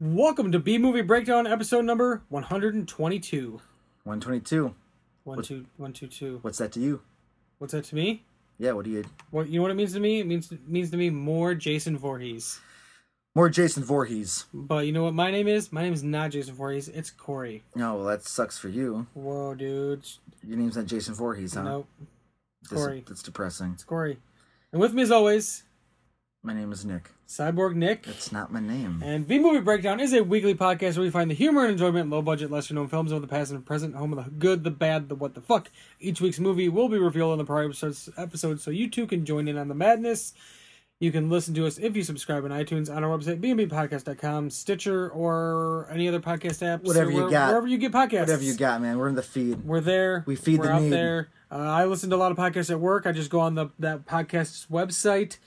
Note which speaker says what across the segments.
Speaker 1: Welcome to B Movie Breakdown, episode number 122.
Speaker 2: 122.
Speaker 1: One, two, one, two, two.
Speaker 2: What's that to you?
Speaker 1: What's that to me?
Speaker 2: Yeah, what do you
Speaker 1: What you know what it means to me? It means means to me more Jason Voorhees.
Speaker 2: More Jason Voorhees.
Speaker 1: But you know what my name is? My name is not Jason Voorhees. It's Corey.
Speaker 2: Oh, well, that sucks for you.
Speaker 1: Whoa, dude.
Speaker 2: Your name's not Jason Voorhees, huh?
Speaker 1: Nope, it's
Speaker 2: This-
Speaker 1: Corey.
Speaker 2: That's depressing.
Speaker 1: It's Corey. And with me as always,
Speaker 2: My name is Nick.
Speaker 1: Cyborg Nick.
Speaker 2: That's not my name.
Speaker 1: And B Movie Breakdown is a weekly podcast where we find the humor and enjoyment in low budget, lesser known films of the past and present, home of the good, the bad, the what the fuck. Each week's movie will be revealed on the prior episodes- episode, so you too can join in on the madness. You can listen to us if you subscribe on iTunes, on our website, bmbpodcast.com, Stitcher, or any other podcast apps.
Speaker 2: Whatever
Speaker 1: or
Speaker 2: you
Speaker 1: where-
Speaker 2: got.
Speaker 1: Wherever you get podcasts.
Speaker 2: Whatever you got, man. We're in the feed.
Speaker 1: We're there.
Speaker 2: We feed
Speaker 1: We're
Speaker 2: the
Speaker 1: out
Speaker 2: need.
Speaker 1: there. Uh, I listen to a lot of podcasts at work. I just go on the that podcast's website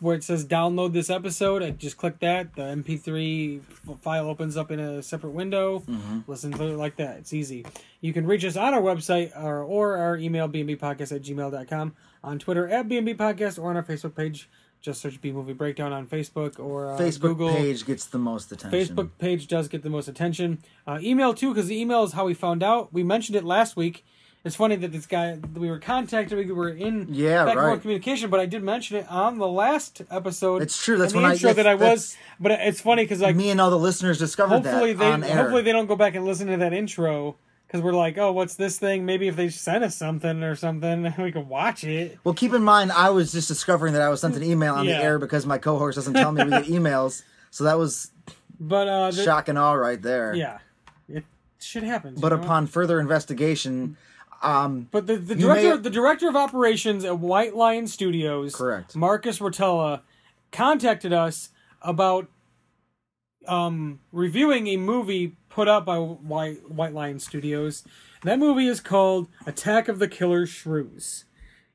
Speaker 1: where it says download this episode. I just click that. The MP3 f- file opens up in a separate window.
Speaker 2: Mm-hmm.
Speaker 1: Listen to it like that. It's easy. You can reach us on our website or, or our email, bnbpodcast at gmail.com, on Twitter at bnbpodcast, or on our Facebook page. Just search B Movie Breakdown on Facebook or uh,
Speaker 2: Facebook
Speaker 1: Google.
Speaker 2: page gets the most attention.
Speaker 1: Facebook page does get the most attention. Uh, email too, because the email is how we found out. We mentioned it last week. It's funny that this guy we were contacted. We were in
Speaker 2: Yeah,
Speaker 1: back and forth
Speaker 2: right.
Speaker 1: communication, but I did mention it on the last episode.
Speaker 2: It's true, that's
Speaker 1: in the
Speaker 2: when I-
Speaker 1: intro that I
Speaker 2: that's-
Speaker 1: was. But it's funny because like
Speaker 2: Me and all the listeners discovered
Speaker 1: hopefully
Speaker 2: that
Speaker 1: they
Speaker 2: on air.
Speaker 1: hopefully they don't go back and listen to that intro because we're like, oh, what's this thing? Maybe if they sent us something or something, we could watch it.
Speaker 2: Well, keep in mind, I was just discovering that I was sent an email on
Speaker 1: Yeah.
Speaker 2: the air because my cohort doesn't tell me we get emails. So that was
Speaker 1: But uh, the-
Speaker 2: shock and awe right there.
Speaker 1: yeah, Uh-huh. it shit happens.
Speaker 2: But
Speaker 1: you know?
Speaker 2: upon further investigation, um,
Speaker 1: But the, the
Speaker 2: You may-
Speaker 1: director the director of operations at White Lion Studios,
Speaker 2: Correct.
Speaker 1: Marcus Rotella, contacted us about um, reviewing a movie put out by White White Lion Studios. That movie is called Attack of the Killer Shrews.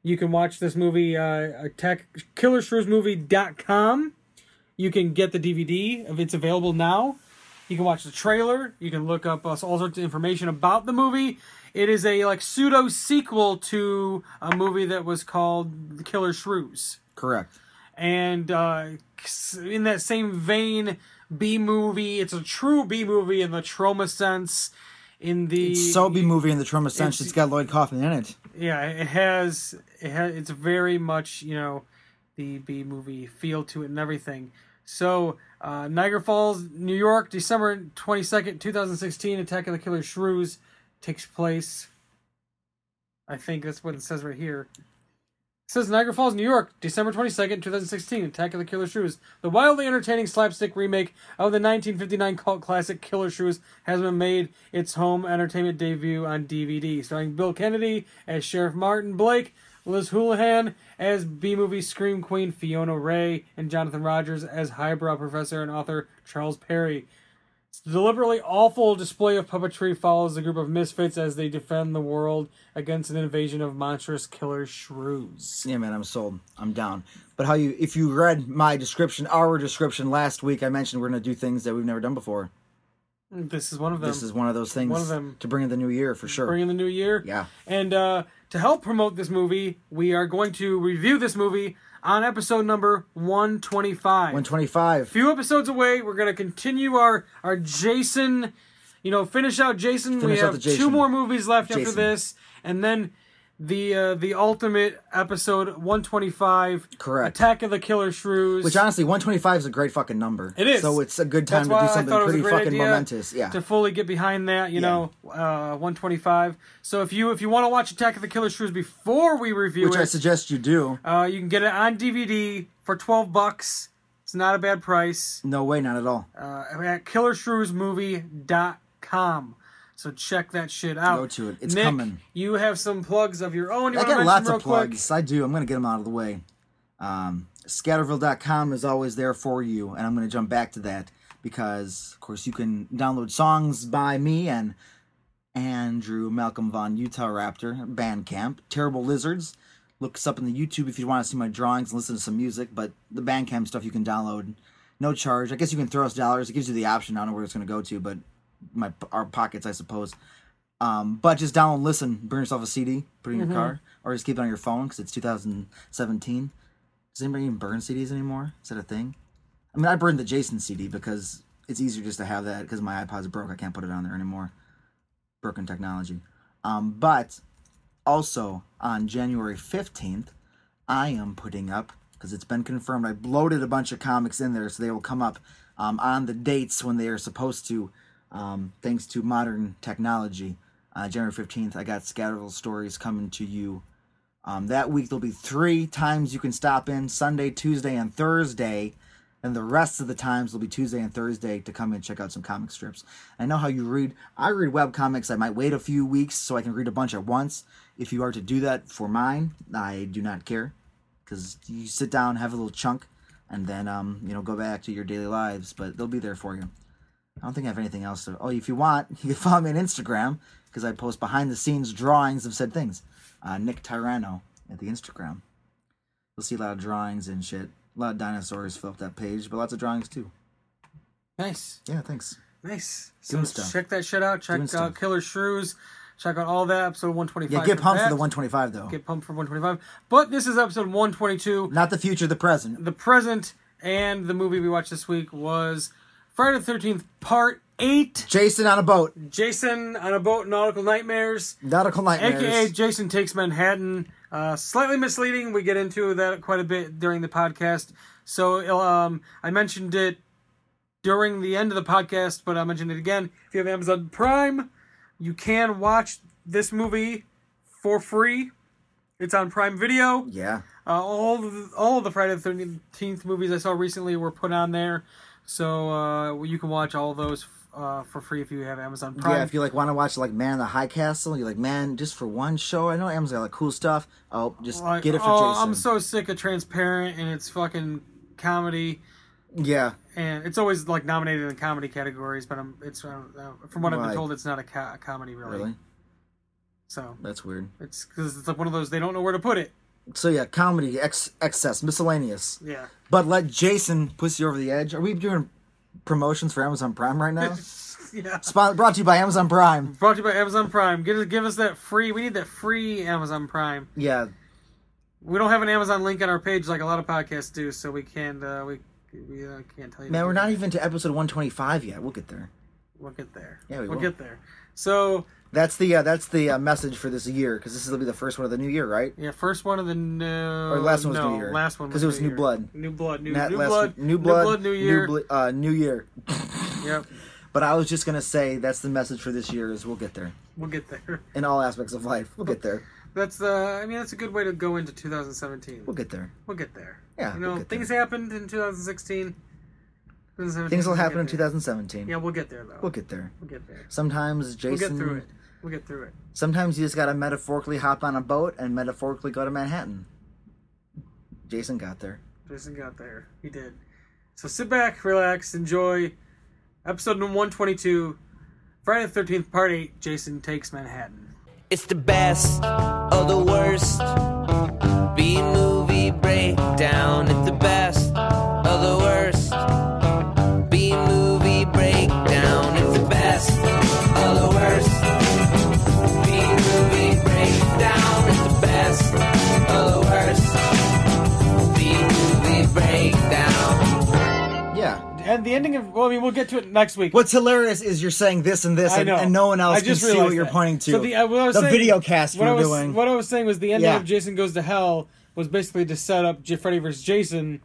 Speaker 1: You can watch this movie uh, Attack KillerShrewsMovie.com. You can get the DVD if it's available now. You can watch the trailer. You can look up us all sorts of information about the movie. It is a like pseudo sequel to a movie that was called The Killer Shrews.
Speaker 2: correct.
Speaker 1: And uh, in that same vein, B movie. It's a true B movie in the trauma sense. In the
Speaker 2: Sobe movie in the trauma sense.
Speaker 1: It's-
Speaker 2: it's got Lloyd Kaufman in it.
Speaker 1: yeah, it has it has it's very much you know the B movie feel to it and everything. So uh, Niagara Falls, New York, December twenty second, two thousand sixteen. Attack of the Killer Shrews takes place. I think that's what it says right here. It says Niagara Falls, New York, December 22nd, 2016, Attack of the Killer Shrews. The wildly entertaining slapstick remake of the 1959 cult classic Killer Shrews has been made its home entertainment debut on DVD, starring Bill Kennedy as Sheriff Martin Blake, Liz Houlihan as B-movie scream queen Fiona Ray, and Jonathan Rogers as highbrow professor and author Charles Perry. The deliberately awful display of puppetry follows a group of misfits as they defend the world against an invasion of monstrous killer shrews.
Speaker 2: Yeah, man, I'm sold. I'm down. But how you? If you read my description, our description last week, I mentioned we're gonna do things that we've never done before.
Speaker 1: This is one of them.
Speaker 2: This is one of those things
Speaker 1: Um, One of them.
Speaker 2: to bring in the new year for sure.
Speaker 1: Bring in the new year.
Speaker 2: Yeah.
Speaker 1: And uh, to help promote this movie, we are going to review this movie on episode number 125.
Speaker 2: 125.
Speaker 1: few episodes away. We're gonna continue our our Jason, you know, finish out Jason. we
Speaker 2: Finish out
Speaker 1: have
Speaker 2: the Jason.
Speaker 1: two more movies left after
Speaker 2: Jason.
Speaker 1: this, and then the uh, the ultimate episode 125.
Speaker 2: Correct.
Speaker 1: Attack of the Killer Shrews.
Speaker 2: Which honestly, 125 is a great fucking number.
Speaker 1: It is.
Speaker 2: So it's a good time
Speaker 1: That's why
Speaker 2: to
Speaker 1: I
Speaker 2: do
Speaker 1: thought it was
Speaker 2: something
Speaker 1: a
Speaker 2: pretty
Speaker 1: great
Speaker 2: fucking
Speaker 1: idea
Speaker 2: momentous. Yeah.
Speaker 1: to fully get behind that, you
Speaker 2: Yeah.
Speaker 1: know, uh, 125. So if you if you want to watch Attack of the Killer Shrews before we review
Speaker 2: Which I
Speaker 1: it,
Speaker 2: suggest you do.
Speaker 1: uh, you can get it on DVD for 12 bucks. It's not a bad price.
Speaker 2: No way, not at all.
Speaker 1: uh, at killershrews.movie.com. So check that shit out.
Speaker 2: Go to it. It's
Speaker 1: Nick,
Speaker 2: coming.
Speaker 1: You have some plugs of your own. You want to
Speaker 2: I got
Speaker 1: mention
Speaker 2: lots
Speaker 1: real
Speaker 2: of plugs.
Speaker 1: quick?
Speaker 2: I do. I'm going to get them out of the way. Um, scatterville.com is always there for you, and I'm going to jump back to that because, of course, you can download songs by me and Andrew Malcolm von Utah Raptor, Bandcamp, Terrible Lizards. Look us up on the YouTube if you want to see my drawings and listen to some music, but the Bandcamp stuff you can download. No charge. I guess you can throw us dollars. It gives you the option. I don't know where it's going to go to, but my our pockets, I suppose. Um, but just download, and listen, burn yourself a CD, put it in your car, or just keep it on your phone because it's 2017. Does anybody even burn CDs anymore? Is that a thing? I mean, I burned the Jason CD because it's easier just to have that because my iPod's broke. I can't put it on there anymore. Broken technology. Um, but also on January 15th, I am putting up because it's been confirmed. I bloated a bunch of comics in there, so they will come up um, on the dates when they are supposed to, um, thanks to modern technology. Uh, January 15th, I got Scatterville Stories coming to you. Um, that week, there'll be three times you can stop in Sunday, Tuesday, and Thursday. And the rest of the times will be Tuesday and Thursday to come and check out some comic strips. I know how you read. I read web comics. I might wait a few weeks so I can read a bunch at once. If you are to do that for mine, I do not care because you sit down, have a little chunk, and then um, you know go back to your daily lives. But they'll be there for you. I don't think I have anything else. To, oh, if you want, you can follow me on Instagram because I post behind the scenes drawings of said things. Uh, Nick Tyranno at the Instagram. You'll see a lot of drawings and shit. A lot of dinosaurs fill up that page, but lots of drawings too.
Speaker 1: Nice,
Speaker 2: Yeah, thanks.
Speaker 1: nice. So
Speaker 2: Doing stuff.
Speaker 1: check that shit out. Check
Speaker 2: Doing
Speaker 1: out
Speaker 2: stuff.
Speaker 1: Killer Shrews. Check out all that episode one twenty
Speaker 2: Yeah,
Speaker 1: five.
Speaker 2: get pumped for the 125 though.
Speaker 1: Get pumped for one twenty five. But this is episode one twenty two.
Speaker 2: Not the future, the present.
Speaker 1: The present and the movie we watched this week was Friday the Thirteenth Part Eight.
Speaker 2: Jason on a boat.
Speaker 1: Jason on a boat, nautical nightmares.
Speaker 2: Nautical nightmares.
Speaker 1: AKA Jason Takes Manhattan. Uh, slightly misleading. We get into that quite a bit during the podcast. So um, I mentioned it during the end of the podcast, but I mentioned it again. If you have Amazon Prime, you can watch this movie for free. It's on Prime Video.
Speaker 2: yeah.
Speaker 1: Uh, all of the, all of the Friday the Thirteenth movies I saw recently were put on there, so uh, you can watch all those uh, for free if you have Amazon Prime.
Speaker 2: Yeah, if you like want to watch like Man in the High Castle, you're like, man, just for one show. I know Amazon got like cool stuff. Oh, just
Speaker 1: Like,
Speaker 2: get it for
Speaker 1: oh,
Speaker 2: Jason.
Speaker 1: I'm so sick of Transparent and its fucking comedy,
Speaker 2: yeah,
Speaker 1: and it's always like nominated in the comedy categories, but I'm it's I don't know. from what I've
Speaker 2: Why?
Speaker 1: been told, it's not a, co- a comedy really.
Speaker 2: really,
Speaker 1: So
Speaker 2: that's weird.
Speaker 1: it's because it's like one of those they don't know where to put it.
Speaker 2: So yeah, comedy, ex- excess, miscellaneous.
Speaker 1: Yeah,
Speaker 2: But let Jason push you over the edge. Are we doing promotions for Amazon Prime right now?
Speaker 1: yeah.
Speaker 2: Spot- brought to you by Amazon Prime.
Speaker 1: Brought to you by Amazon Prime. Give us give us that free. We need that free Amazon Prime.
Speaker 2: Yeah,
Speaker 1: We don't have an Amazon link on our page like a lot of podcasts do, so we can't uh, we we uh, can't tell you.
Speaker 2: man,
Speaker 1: to
Speaker 2: we're
Speaker 1: do
Speaker 2: not
Speaker 1: that.
Speaker 2: even to episode 125 yet. We'll get there.
Speaker 1: We'll get there.
Speaker 2: Yeah, we
Speaker 1: will
Speaker 2: will.
Speaker 1: get there. So
Speaker 2: That's the uh, that's the uh, message for this year because this will be the first one of the new year, right?
Speaker 1: yeah, first one of the new.
Speaker 2: Or last one was
Speaker 1: Uh, no,
Speaker 2: New Year.
Speaker 1: Last one
Speaker 2: 'Cause it was New
Speaker 1: Year.
Speaker 2: Blood.
Speaker 1: New blood. New,
Speaker 2: Not
Speaker 1: new,
Speaker 2: last
Speaker 1: blood,
Speaker 2: new blood,
Speaker 1: New year.
Speaker 2: new, bl- uh, new year.
Speaker 1: Yep,
Speaker 2: But I was just gonna say that's the message for this year is we'll get there
Speaker 1: we'll get there.
Speaker 2: in all aspects of life. We'll get there.
Speaker 1: That's uh, I mean, that's a good way to go into 2017.
Speaker 2: We'll get there.
Speaker 1: We'll get there.
Speaker 2: Yeah,
Speaker 1: you
Speaker 2: we'll
Speaker 1: know,
Speaker 2: get
Speaker 1: things happened in 2016. 2017,
Speaker 2: Things will
Speaker 1: we'll
Speaker 2: happen
Speaker 1: get
Speaker 2: in
Speaker 1: there.
Speaker 2: 2017.
Speaker 1: Yeah, we'll get there though.
Speaker 2: We'll get there.
Speaker 1: We'll get there.
Speaker 2: Sometimes
Speaker 1: We'll get
Speaker 2: Jason.
Speaker 1: through it. We'll get through it.
Speaker 2: Sometimes you just gotta metaphorically hop on a boat and metaphorically go to Manhattan. Jason got there.
Speaker 1: Jason got there. He did. So sit back, relax, enjoy episode 122, Friday the 13th, part 8 Jason Takes Manhattan.
Speaker 3: It's the best of the worst. B movie breakdown. It's the best of the worst. B movie breakdown. It's the best of the worst. B movie breakdown. It's the best of the worst. B movie breakdown.
Speaker 2: Yeah.
Speaker 1: And the ending of, well, I mean, we'll get to it next week.
Speaker 2: What's hilarious is you're saying this and this,
Speaker 1: I
Speaker 2: and,
Speaker 1: know.
Speaker 2: and no one else
Speaker 1: I just
Speaker 2: can see what
Speaker 1: realized
Speaker 2: you're
Speaker 1: that.
Speaker 2: pointing to.
Speaker 1: So the, uh, what I was
Speaker 2: the
Speaker 1: saying-
Speaker 2: video cast
Speaker 1: what I
Speaker 2: we're
Speaker 1: was,
Speaker 2: doing.
Speaker 1: What I was saying was the ending
Speaker 2: Yeah.
Speaker 1: of Jason Goes to Hell was basically to set up J- Freddy vs. Jason,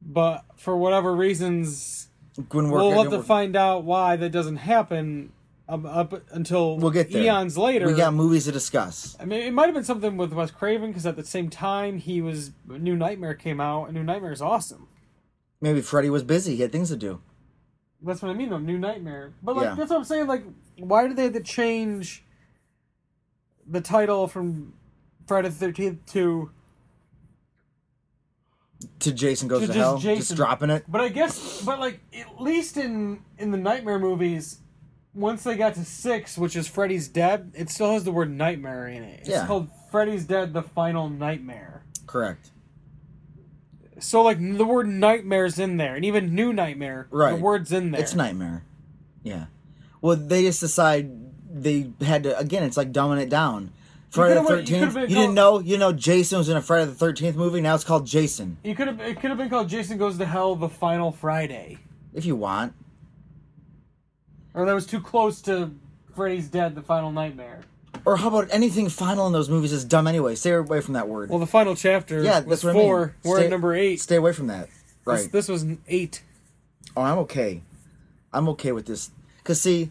Speaker 1: but for whatever reasons,
Speaker 2: Gwen Worker,
Speaker 1: we'll have
Speaker 2: didn't
Speaker 1: to
Speaker 2: work.
Speaker 1: find out why that doesn't happen up, up until
Speaker 2: We'll get there.
Speaker 1: eons later.
Speaker 2: We got movies to discuss.
Speaker 1: I mean, it might have been something with Wes Craven because at the same time he was New Nightmare came out, and New Nightmare is awesome.
Speaker 2: Maybe Freddy was busy. He had things to do.
Speaker 1: That's what I mean, though. New Nightmare, but like
Speaker 2: Yeah.
Speaker 1: that's what I'm saying. Like, why did they have to change the title from Friday the Thirteenth to?
Speaker 2: To Jason Goes
Speaker 1: To
Speaker 2: to,
Speaker 1: just
Speaker 2: Hell.
Speaker 1: Jason.
Speaker 2: Just dropping it.
Speaker 1: But I guess, but like at least in in the Nightmare movies, once they got to six, which is Freddy's Dead, it still has the word Nightmare in it. It's
Speaker 2: Yeah.
Speaker 1: called Freddy's Dead: The Final Nightmare.
Speaker 2: Correct.
Speaker 1: So like the word nightmare's in there, and even new nightmare,
Speaker 2: Right.
Speaker 1: the word's in there.
Speaker 2: It's nightmare. Yeah. Well, they just decide they had to again. It's like dumbing it down. Friday the
Speaker 1: could've went- you
Speaker 2: Thirteenth.
Speaker 1: could've
Speaker 2: You,
Speaker 1: been
Speaker 2: didn't know.
Speaker 1: called-
Speaker 2: You know, Jason was in a Friday the Thirteenth movie. Now it's called Jason.
Speaker 1: You could have it could have been called Jason Goes to Hell: The Final Friday.
Speaker 2: If you want,
Speaker 1: Or that was too close to Freddy's Dead, The Final Nightmare.
Speaker 2: Or how about anything final in those movies is dumb anyway? Stay away from that word.
Speaker 1: Well, the final chapter
Speaker 2: yeah,
Speaker 1: was
Speaker 2: that's what
Speaker 1: four.
Speaker 2: I mean.
Speaker 1: We're
Speaker 2: stay,
Speaker 1: at number eight.
Speaker 2: Stay away from that. Right.
Speaker 1: This, this was an eight.
Speaker 2: oh, I'm okay. I'm okay with this. Cause see,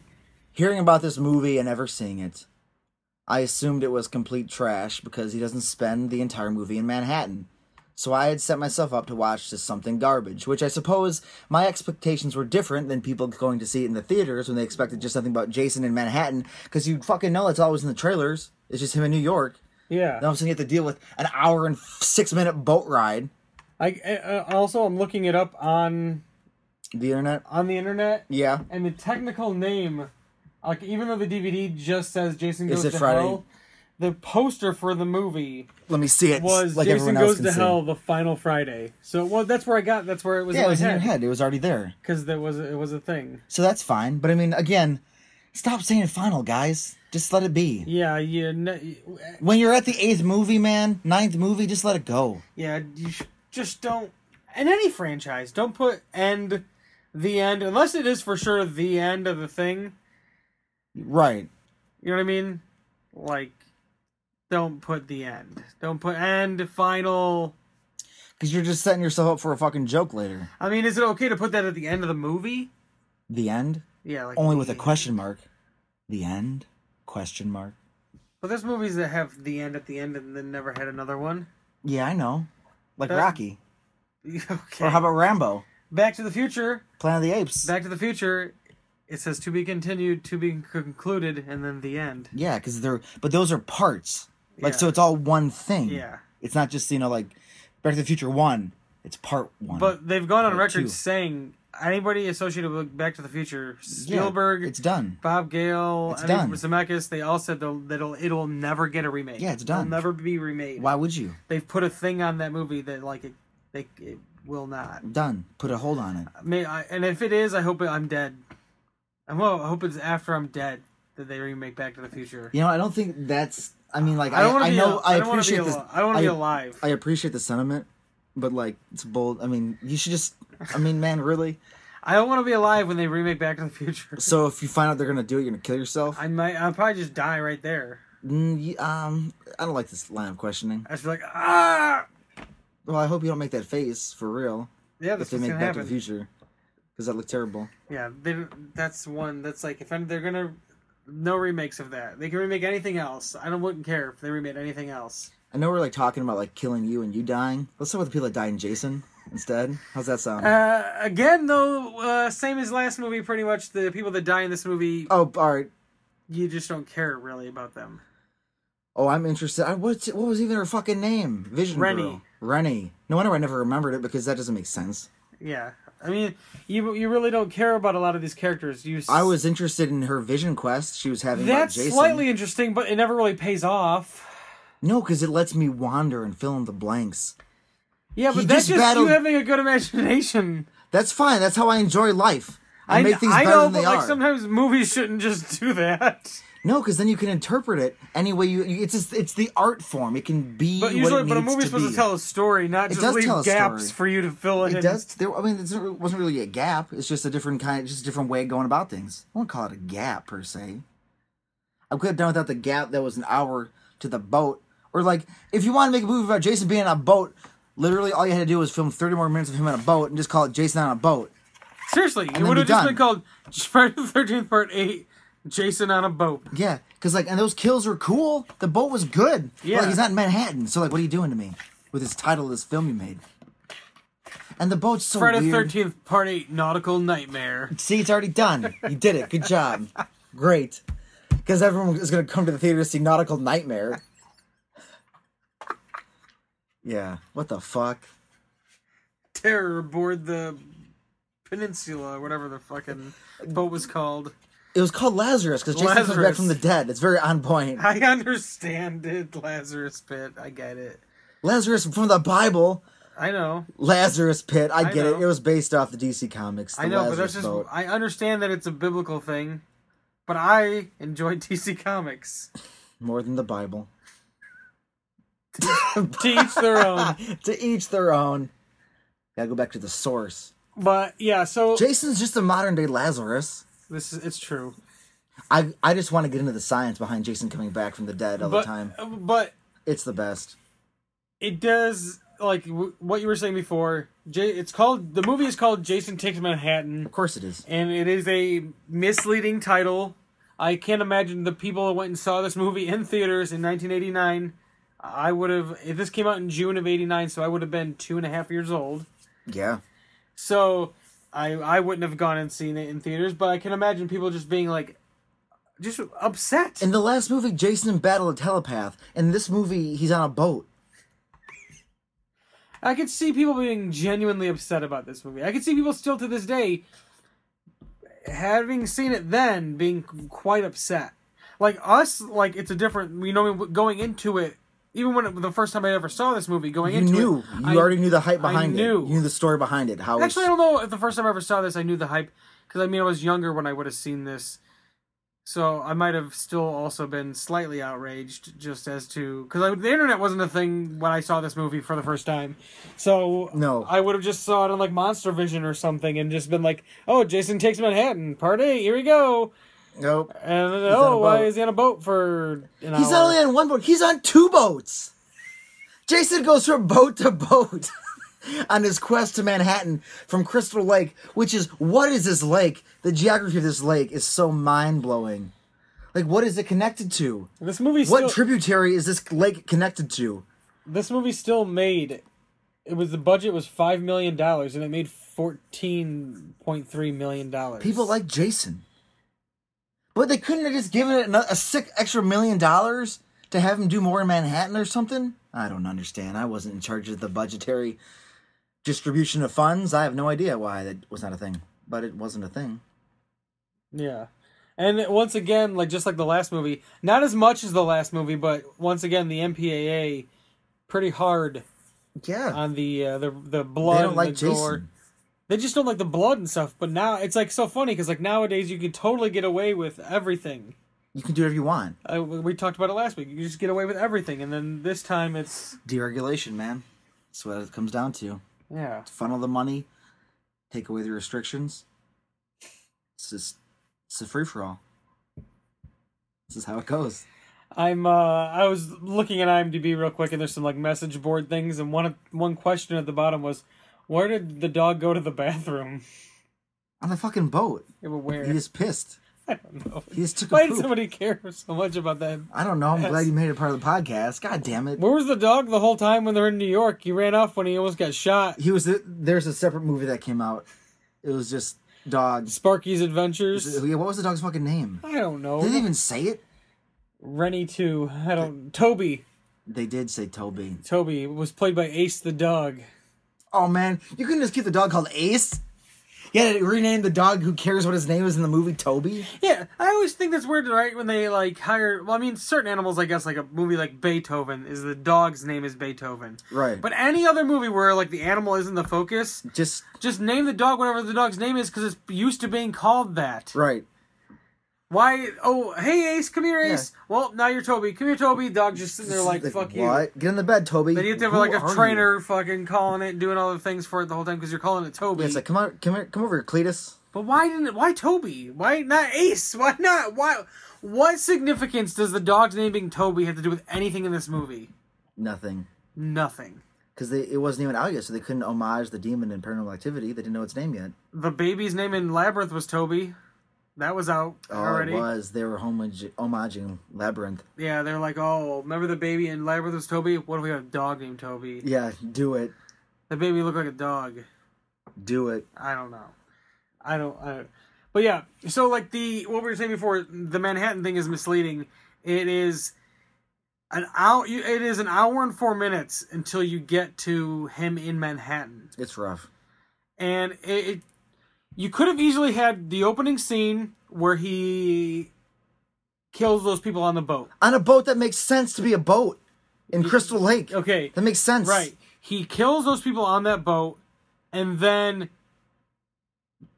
Speaker 2: hearing about this movie and never seeing it, I assumed it was complete trash because he doesn't spend the entire movie in Manhattan. So I had set myself up to watch just something garbage, which I suppose my expectations were different than people going to see it in the theaters when they expected just something about Jason in Manhattan, because you fucking know that's always in the trailers. It's just him in New York.
Speaker 1: Yeah.
Speaker 2: Then all of a sudden you have to deal with an hour and six minute boat ride.
Speaker 1: I, I uh, also I'm looking it up on
Speaker 2: The internet.
Speaker 1: on the internet,
Speaker 2: Yeah.
Speaker 1: and the technical name, like even though the DVD just says Jason
Speaker 2: Is
Speaker 1: goes
Speaker 2: it
Speaker 1: to
Speaker 2: Friday?
Speaker 1: hell, the poster for the movie
Speaker 2: Let me see it.
Speaker 1: was
Speaker 2: like
Speaker 1: Jason
Speaker 2: everyone else
Speaker 1: goes
Speaker 2: can
Speaker 1: to
Speaker 2: see.
Speaker 1: hell the final Friday. So well, that's where I got. That's where it was.
Speaker 2: Yeah,
Speaker 1: in
Speaker 2: it
Speaker 1: my
Speaker 2: was in your head. It was already there.
Speaker 1: because there was it was a thing.
Speaker 2: So that's fine. But I mean, again, stop saying final, guys. Just let it be.
Speaker 1: Yeah, yeah, ne-
Speaker 2: When you're at the eighth movie, man, ninth movie, just let it go.
Speaker 1: yeah. You sh- just don't in any franchise. Don't put end, the end, unless it is for sure the end of the thing.
Speaker 2: Right.
Speaker 1: You know what I mean? Like, don't put the end. Don't put end, final.
Speaker 2: Because you're just setting yourself up for a fucking joke later.
Speaker 1: I mean, is it okay to put that at the end of the movie?
Speaker 2: The end?
Speaker 1: Yeah, like
Speaker 2: Only with a
Speaker 1: the-
Speaker 2: question mark. The end? Question mark.
Speaker 1: But there's movies that have the end at the end and then never had another one.
Speaker 2: Yeah, I know. Like
Speaker 1: That-
Speaker 2: Rocky.
Speaker 1: okay.
Speaker 2: Or how about Rambo?
Speaker 1: Back to the Future?
Speaker 2: Planet of the Apes.
Speaker 1: Back to the Future. It says to be continued, to be concluded, and then the end.
Speaker 2: Yeah, because they're but those are parts. Like
Speaker 1: Yeah.
Speaker 2: so, it's all one thing.
Speaker 1: Yeah.
Speaker 2: it's not just you know like Back to the Future one. It's part one.
Speaker 1: But they've gone on
Speaker 2: Part
Speaker 1: record
Speaker 2: two.
Speaker 1: saying anybody associated with Back to the Future,
Speaker 2: Yeah,
Speaker 1: Spielberg,
Speaker 2: it's done.
Speaker 1: Bob Gale,
Speaker 2: It's
Speaker 1: I mean,
Speaker 2: done.
Speaker 1: Zemeckis, they all said they'll, that it'll, it'll never get a remake.
Speaker 2: Yeah, it's
Speaker 1: It'll
Speaker 2: done.
Speaker 1: never be remade.
Speaker 2: Why would you?
Speaker 1: They've put a thing on that movie that like it, they it will not.
Speaker 2: Done. Put a hold on it.
Speaker 1: I mean, I, and if it is, I hope it, I'm dead. I well, I hope it's after I'm dead that they remake Back to the Future.
Speaker 2: You know, I don't think that's. I mean, like I,
Speaker 1: I don't want
Speaker 2: I,
Speaker 1: to be.
Speaker 2: know
Speaker 1: al- I,
Speaker 2: I
Speaker 1: don't want to
Speaker 2: appreciate
Speaker 1: be.
Speaker 2: this.
Speaker 1: Al- I don't want to be alive.
Speaker 2: I appreciate the sentiment, but like it's bold. I mean, you should just. I mean, man, really.
Speaker 1: I don't want to be alive when they remake Back to the Future.
Speaker 2: So if you find out they're gonna do it, you're gonna kill yourself.
Speaker 1: I might. I'll probably just die right there.
Speaker 2: Mm, you- um, I don't like this line of questioning.
Speaker 1: I just be like, ah.
Speaker 2: Well, I hope you don't make that face for real.
Speaker 1: Yeah,
Speaker 2: If
Speaker 1: that's
Speaker 2: they
Speaker 1: what's
Speaker 2: make
Speaker 1: gonna
Speaker 2: Back to the
Speaker 1: happen.
Speaker 2: Future, because that looked terrible.
Speaker 1: Yeah, they, that's one. That's like if any- they're gonna no remakes of that. They can remake anything else. I don't wouldn't care if they remade anything else.
Speaker 2: I know we're like talking about like killing you and you dying. Let's talk about the people that died in Jason instead. How's that sound?
Speaker 1: Uh, again, though, uh, same as last movie, pretty much the people that die in this movie,
Speaker 2: oh, all right.
Speaker 1: you just don't care really about them.
Speaker 2: Oh, I'm interested. I, what what was even her fucking name? Vision
Speaker 1: Rennie.
Speaker 2: Girl. Rennie. No wonder I never remembered it because that doesn't make sense.
Speaker 1: Yeah, I mean, you you really don't care about a lot of these characters. You s-
Speaker 2: I was interested in her vision quest she was having
Speaker 1: that's
Speaker 2: about Jason.
Speaker 1: slightly interesting, but it never really pays off.
Speaker 2: No, because it lets me wander and fill in the blanks.
Speaker 1: Yeah, but
Speaker 2: He
Speaker 1: that's
Speaker 2: just
Speaker 1: just
Speaker 2: battled-
Speaker 1: you having a good imagination.
Speaker 2: That's fine. That's how I enjoy life. I, make things
Speaker 1: I
Speaker 2: better
Speaker 1: know,
Speaker 2: than they
Speaker 1: but like
Speaker 2: are.
Speaker 1: sometimes movies shouldn't just do that.
Speaker 2: No, because then you can interpret it any way you. you- It's just, it's the art form. It can be.
Speaker 1: But usually,
Speaker 2: what it
Speaker 1: but a
Speaker 2: needs
Speaker 1: movie's
Speaker 2: to
Speaker 1: supposed
Speaker 2: be.
Speaker 1: to tell a story, not
Speaker 2: does
Speaker 1: just leave
Speaker 2: tell a
Speaker 1: gaps
Speaker 2: story.
Speaker 1: for you to fill in.
Speaker 2: It does. There, I mean, it's, it wasn't really a gap. It's just a different kind, just a different way of going about things. I wouldn't call it a gap per se. I could have done without the gap that was an hour to the boat, or like if you want to make a movie about Jason being on a boat, literally all you had to do was film thirty more minutes of him on a boat and just call it Jason on a boat.
Speaker 1: Seriously, it
Speaker 2: then
Speaker 1: would have
Speaker 2: be
Speaker 1: just
Speaker 2: done.
Speaker 1: been called Friday the Thirteenth Part Eight: Jason on a Boat.
Speaker 2: Yeah, because like, and those kills are cool. The boat was good. But,
Speaker 1: Yeah.
Speaker 2: like he's not in Manhattan, so like, what are you doing to me with this title of this film you made? And the boat's so
Speaker 1: Friday the
Speaker 2: weird.
Speaker 1: Thirteenth Part Eight: Nautical Nightmare.
Speaker 2: See, it's already done. You did it. Good job. Great. Because everyone is going to come to the theater to see Nautical Nightmare. Yeah. What the fuck?
Speaker 1: Terror aboard the peninsula, whatever the fucking boat was called.
Speaker 2: It was called Lazarus because Jason comes back
Speaker 1: Lazarus.
Speaker 2: from the dead. It's very on point.
Speaker 1: I understand it, Lazarus Pit. I get it.
Speaker 2: Lazarus from the Bible.
Speaker 1: I know,
Speaker 2: Lazarus Pit. I get
Speaker 1: know.
Speaker 2: it. It was based off the DC Comics. The
Speaker 1: I know,
Speaker 2: Lazarus
Speaker 1: but that's just.
Speaker 2: boat.
Speaker 1: I understand that it's a biblical thing, but I enjoy DC Comics.
Speaker 2: more than the Bible.
Speaker 1: to each their own.
Speaker 2: to each their own. Gotta go back to the source.
Speaker 1: But yeah, so
Speaker 2: Jason's just a modern day Lazarus.
Speaker 1: This is it's true.
Speaker 2: I I just want to get into the science behind Jason coming back from the dead all
Speaker 1: But
Speaker 2: the time.
Speaker 1: but
Speaker 2: It's the best.
Speaker 1: it does like w- what you were saying before. J- it's called the movie is called Jason Takes Manhattan.
Speaker 2: Of course it is.
Speaker 1: and it is a misleading title. I can't imagine the people that went and saw this movie in theaters in 1989. I would have, if this came out in June of '89, so I would have been two and a half years old.
Speaker 2: Yeah.
Speaker 1: So I I wouldn't have gone and seen it in theaters, but I can imagine people just being like, just upset.
Speaker 2: In the last movie, Jason battled a telepath. In this movie, he's on a boat.
Speaker 1: I could see people being genuinely upset about this movie. I could see people still to this day, having seen it then, being quite upset. Like us, like it's a different. You know, going into it, even when it, the first time I ever saw this movie, going
Speaker 2: You
Speaker 1: into
Speaker 2: knew.
Speaker 1: it,
Speaker 2: You
Speaker 1: I-
Speaker 2: already knew the hype
Speaker 1: I
Speaker 2: behind it.
Speaker 1: knew.
Speaker 2: You knew the story behind it. How
Speaker 1: Actually, I
Speaker 2: it's,
Speaker 1: don't know if the first time I ever saw this, I knew the hype because I mean I was younger when I would have seen this, so I might have still also been slightly outraged just as to because the internet wasn't a thing when I saw this movie for the first time, so
Speaker 2: No.
Speaker 1: I would have just saw it on like Monster Vision or something and just been like, oh, Jason takes Manhattan, part eight, here we go,
Speaker 2: nope.
Speaker 1: and then,
Speaker 2: on a
Speaker 1: oh, why
Speaker 2: boat.
Speaker 1: is he on a boat for an
Speaker 2: He's
Speaker 1: hour?
Speaker 2: not only on one boat, he's on two boats. Jason goes from boat to boat on his quest to Manhattan from Crystal Lake, which is what is this lake? The geography of this lake is so mind blowing. Like, what is it connected to?
Speaker 1: this movie still
Speaker 2: What tributary is this lake connected to?
Speaker 1: this movie still made it was the budget was five million dollars and it made fourteen point three million dollars.
Speaker 2: People like Jason. But they couldn't have just given it ano- a sick extra million dollars to have him do more in Manhattan or something? I don't understand. I wasn't in charge of the budgetary distribution of funds. I have no idea why that was not a thing. But it wasn't a thing.
Speaker 1: yeah, and it- once again, like just like the last movie, not as much as the last movie, but once again, the MPAA pretty hard
Speaker 2: Yeah.
Speaker 1: on the uh, the the
Speaker 2: They
Speaker 1: blood.
Speaker 2: don't
Speaker 1: and
Speaker 2: like
Speaker 1: the gore.
Speaker 2: Jason.
Speaker 1: They just don't like the blood and stuff. But now it's like so funny because like nowadays you can totally get away with everything.
Speaker 2: You can do whatever you want.
Speaker 1: Uh, we we talked about it last week. You just get away with everything, and then this time it's
Speaker 2: Deregulation, man. That's what it comes down to.
Speaker 1: yeah.
Speaker 2: Funnel the money, take away the restrictions. It's just, it's a free for all. This is how it goes.
Speaker 1: I'm uh I was looking at IMDb real quick and there's some like message board things and one one question at the bottom was where did the dog go to the bathroom?
Speaker 2: On the fucking boat.
Speaker 1: It was
Speaker 2: He
Speaker 1: where?
Speaker 2: just pissed.
Speaker 1: I don't know.
Speaker 2: He just took
Speaker 1: Why
Speaker 2: a
Speaker 1: did
Speaker 2: poop.
Speaker 1: somebody care so much about that?
Speaker 2: I don't know. I'm glad you made it part of the podcast. God damn it.
Speaker 1: Where was the dog the whole time when they're in New York? He ran off when he almost got shot.
Speaker 2: He was there's a separate movie that came out. It was just dogs.
Speaker 1: Sparky's Adventures.
Speaker 2: Yeah, what was the dog's fucking name?
Speaker 1: I don't
Speaker 2: Did they
Speaker 1: know.
Speaker 2: even say it?
Speaker 1: Rennie too. I don't Toby.
Speaker 2: They did say Toby.
Speaker 1: Toby was played by Ace the dog.
Speaker 2: Oh man, you couldn't just keep the dog called Ace. Yeah, they renamed the dog. Who cares what his name is in the movie? Toby.
Speaker 1: Yeah, I always think that's weird, right? When they like hire, well, I mean, certain animals, I guess, like a movie like Beethoven, is the dog's name is Beethoven.
Speaker 2: Right.
Speaker 1: But any other movie where like the animal isn't the focus,
Speaker 2: Just
Speaker 1: just name the dog whatever the dog's name is because it's used to being called that.
Speaker 2: right.
Speaker 1: Why? Oh, hey Ace, come here, Ace. Well, now you're Toby. Come here, Toby. Dog just sitting there like, fuck you.
Speaker 2: Get in the bed, Toby.
Speaker 1: Then you have to have
Speaker 2: Who
Speaker 1: like
Speaker 2: are
Speaker 1: a
Speaker 2: you?
Speaker 1: trainer fucking calling it, doing all the things for it the whole time because you're calling it Toby.
Speaker 2: Yeah, it's like come on, come here, come over here, Cletus.
Speaker 1: But why didn't it, why Toby? Why not Ace? Why not? Why? What significance does the dog's name being Toby have to do with anything in this movie?
Speaker 2: Nothing.
Speaker 1: Nothing.
Speaker 2: because it wasn't even out yet, so they couldn't homage the demon in Paranormal Activity. They didn't know its name yet.
Speaker 1: The baby's name in Labyrinth was Toby. That was out
Speaker 2: All
Speaker 1: already.
Speaker 2: it Uh, was they were homage- homaging Labyrinth.
Speaker 1: Yeah, they're like, oh, remember the baby in Labyrinth was Toby? What if we have a dog named Toby?
Speaker 2: Yeah, do it,
Speaker 1: The baby looked like a dog.
Speaker 2: do it.
Speaker 1: I don't know. I don't. I don't. But yeah, so like the what we were saying before, the Manhattan thing is misleading. It is an hour. you- It is an hour and four minutes until you get to him in Manhattan,
Speaker 2: It's rough.
Speaker 1: and it, it you could have easily had the opening scene where he kills those people on the boat.
Speaker 2: On a boat that makes sense to be a boat in Crystal Lake.
Speaker 1: Okay,
Speaker 2: That makes sense.
Speaker 1: Right. He kills those people on that boat and then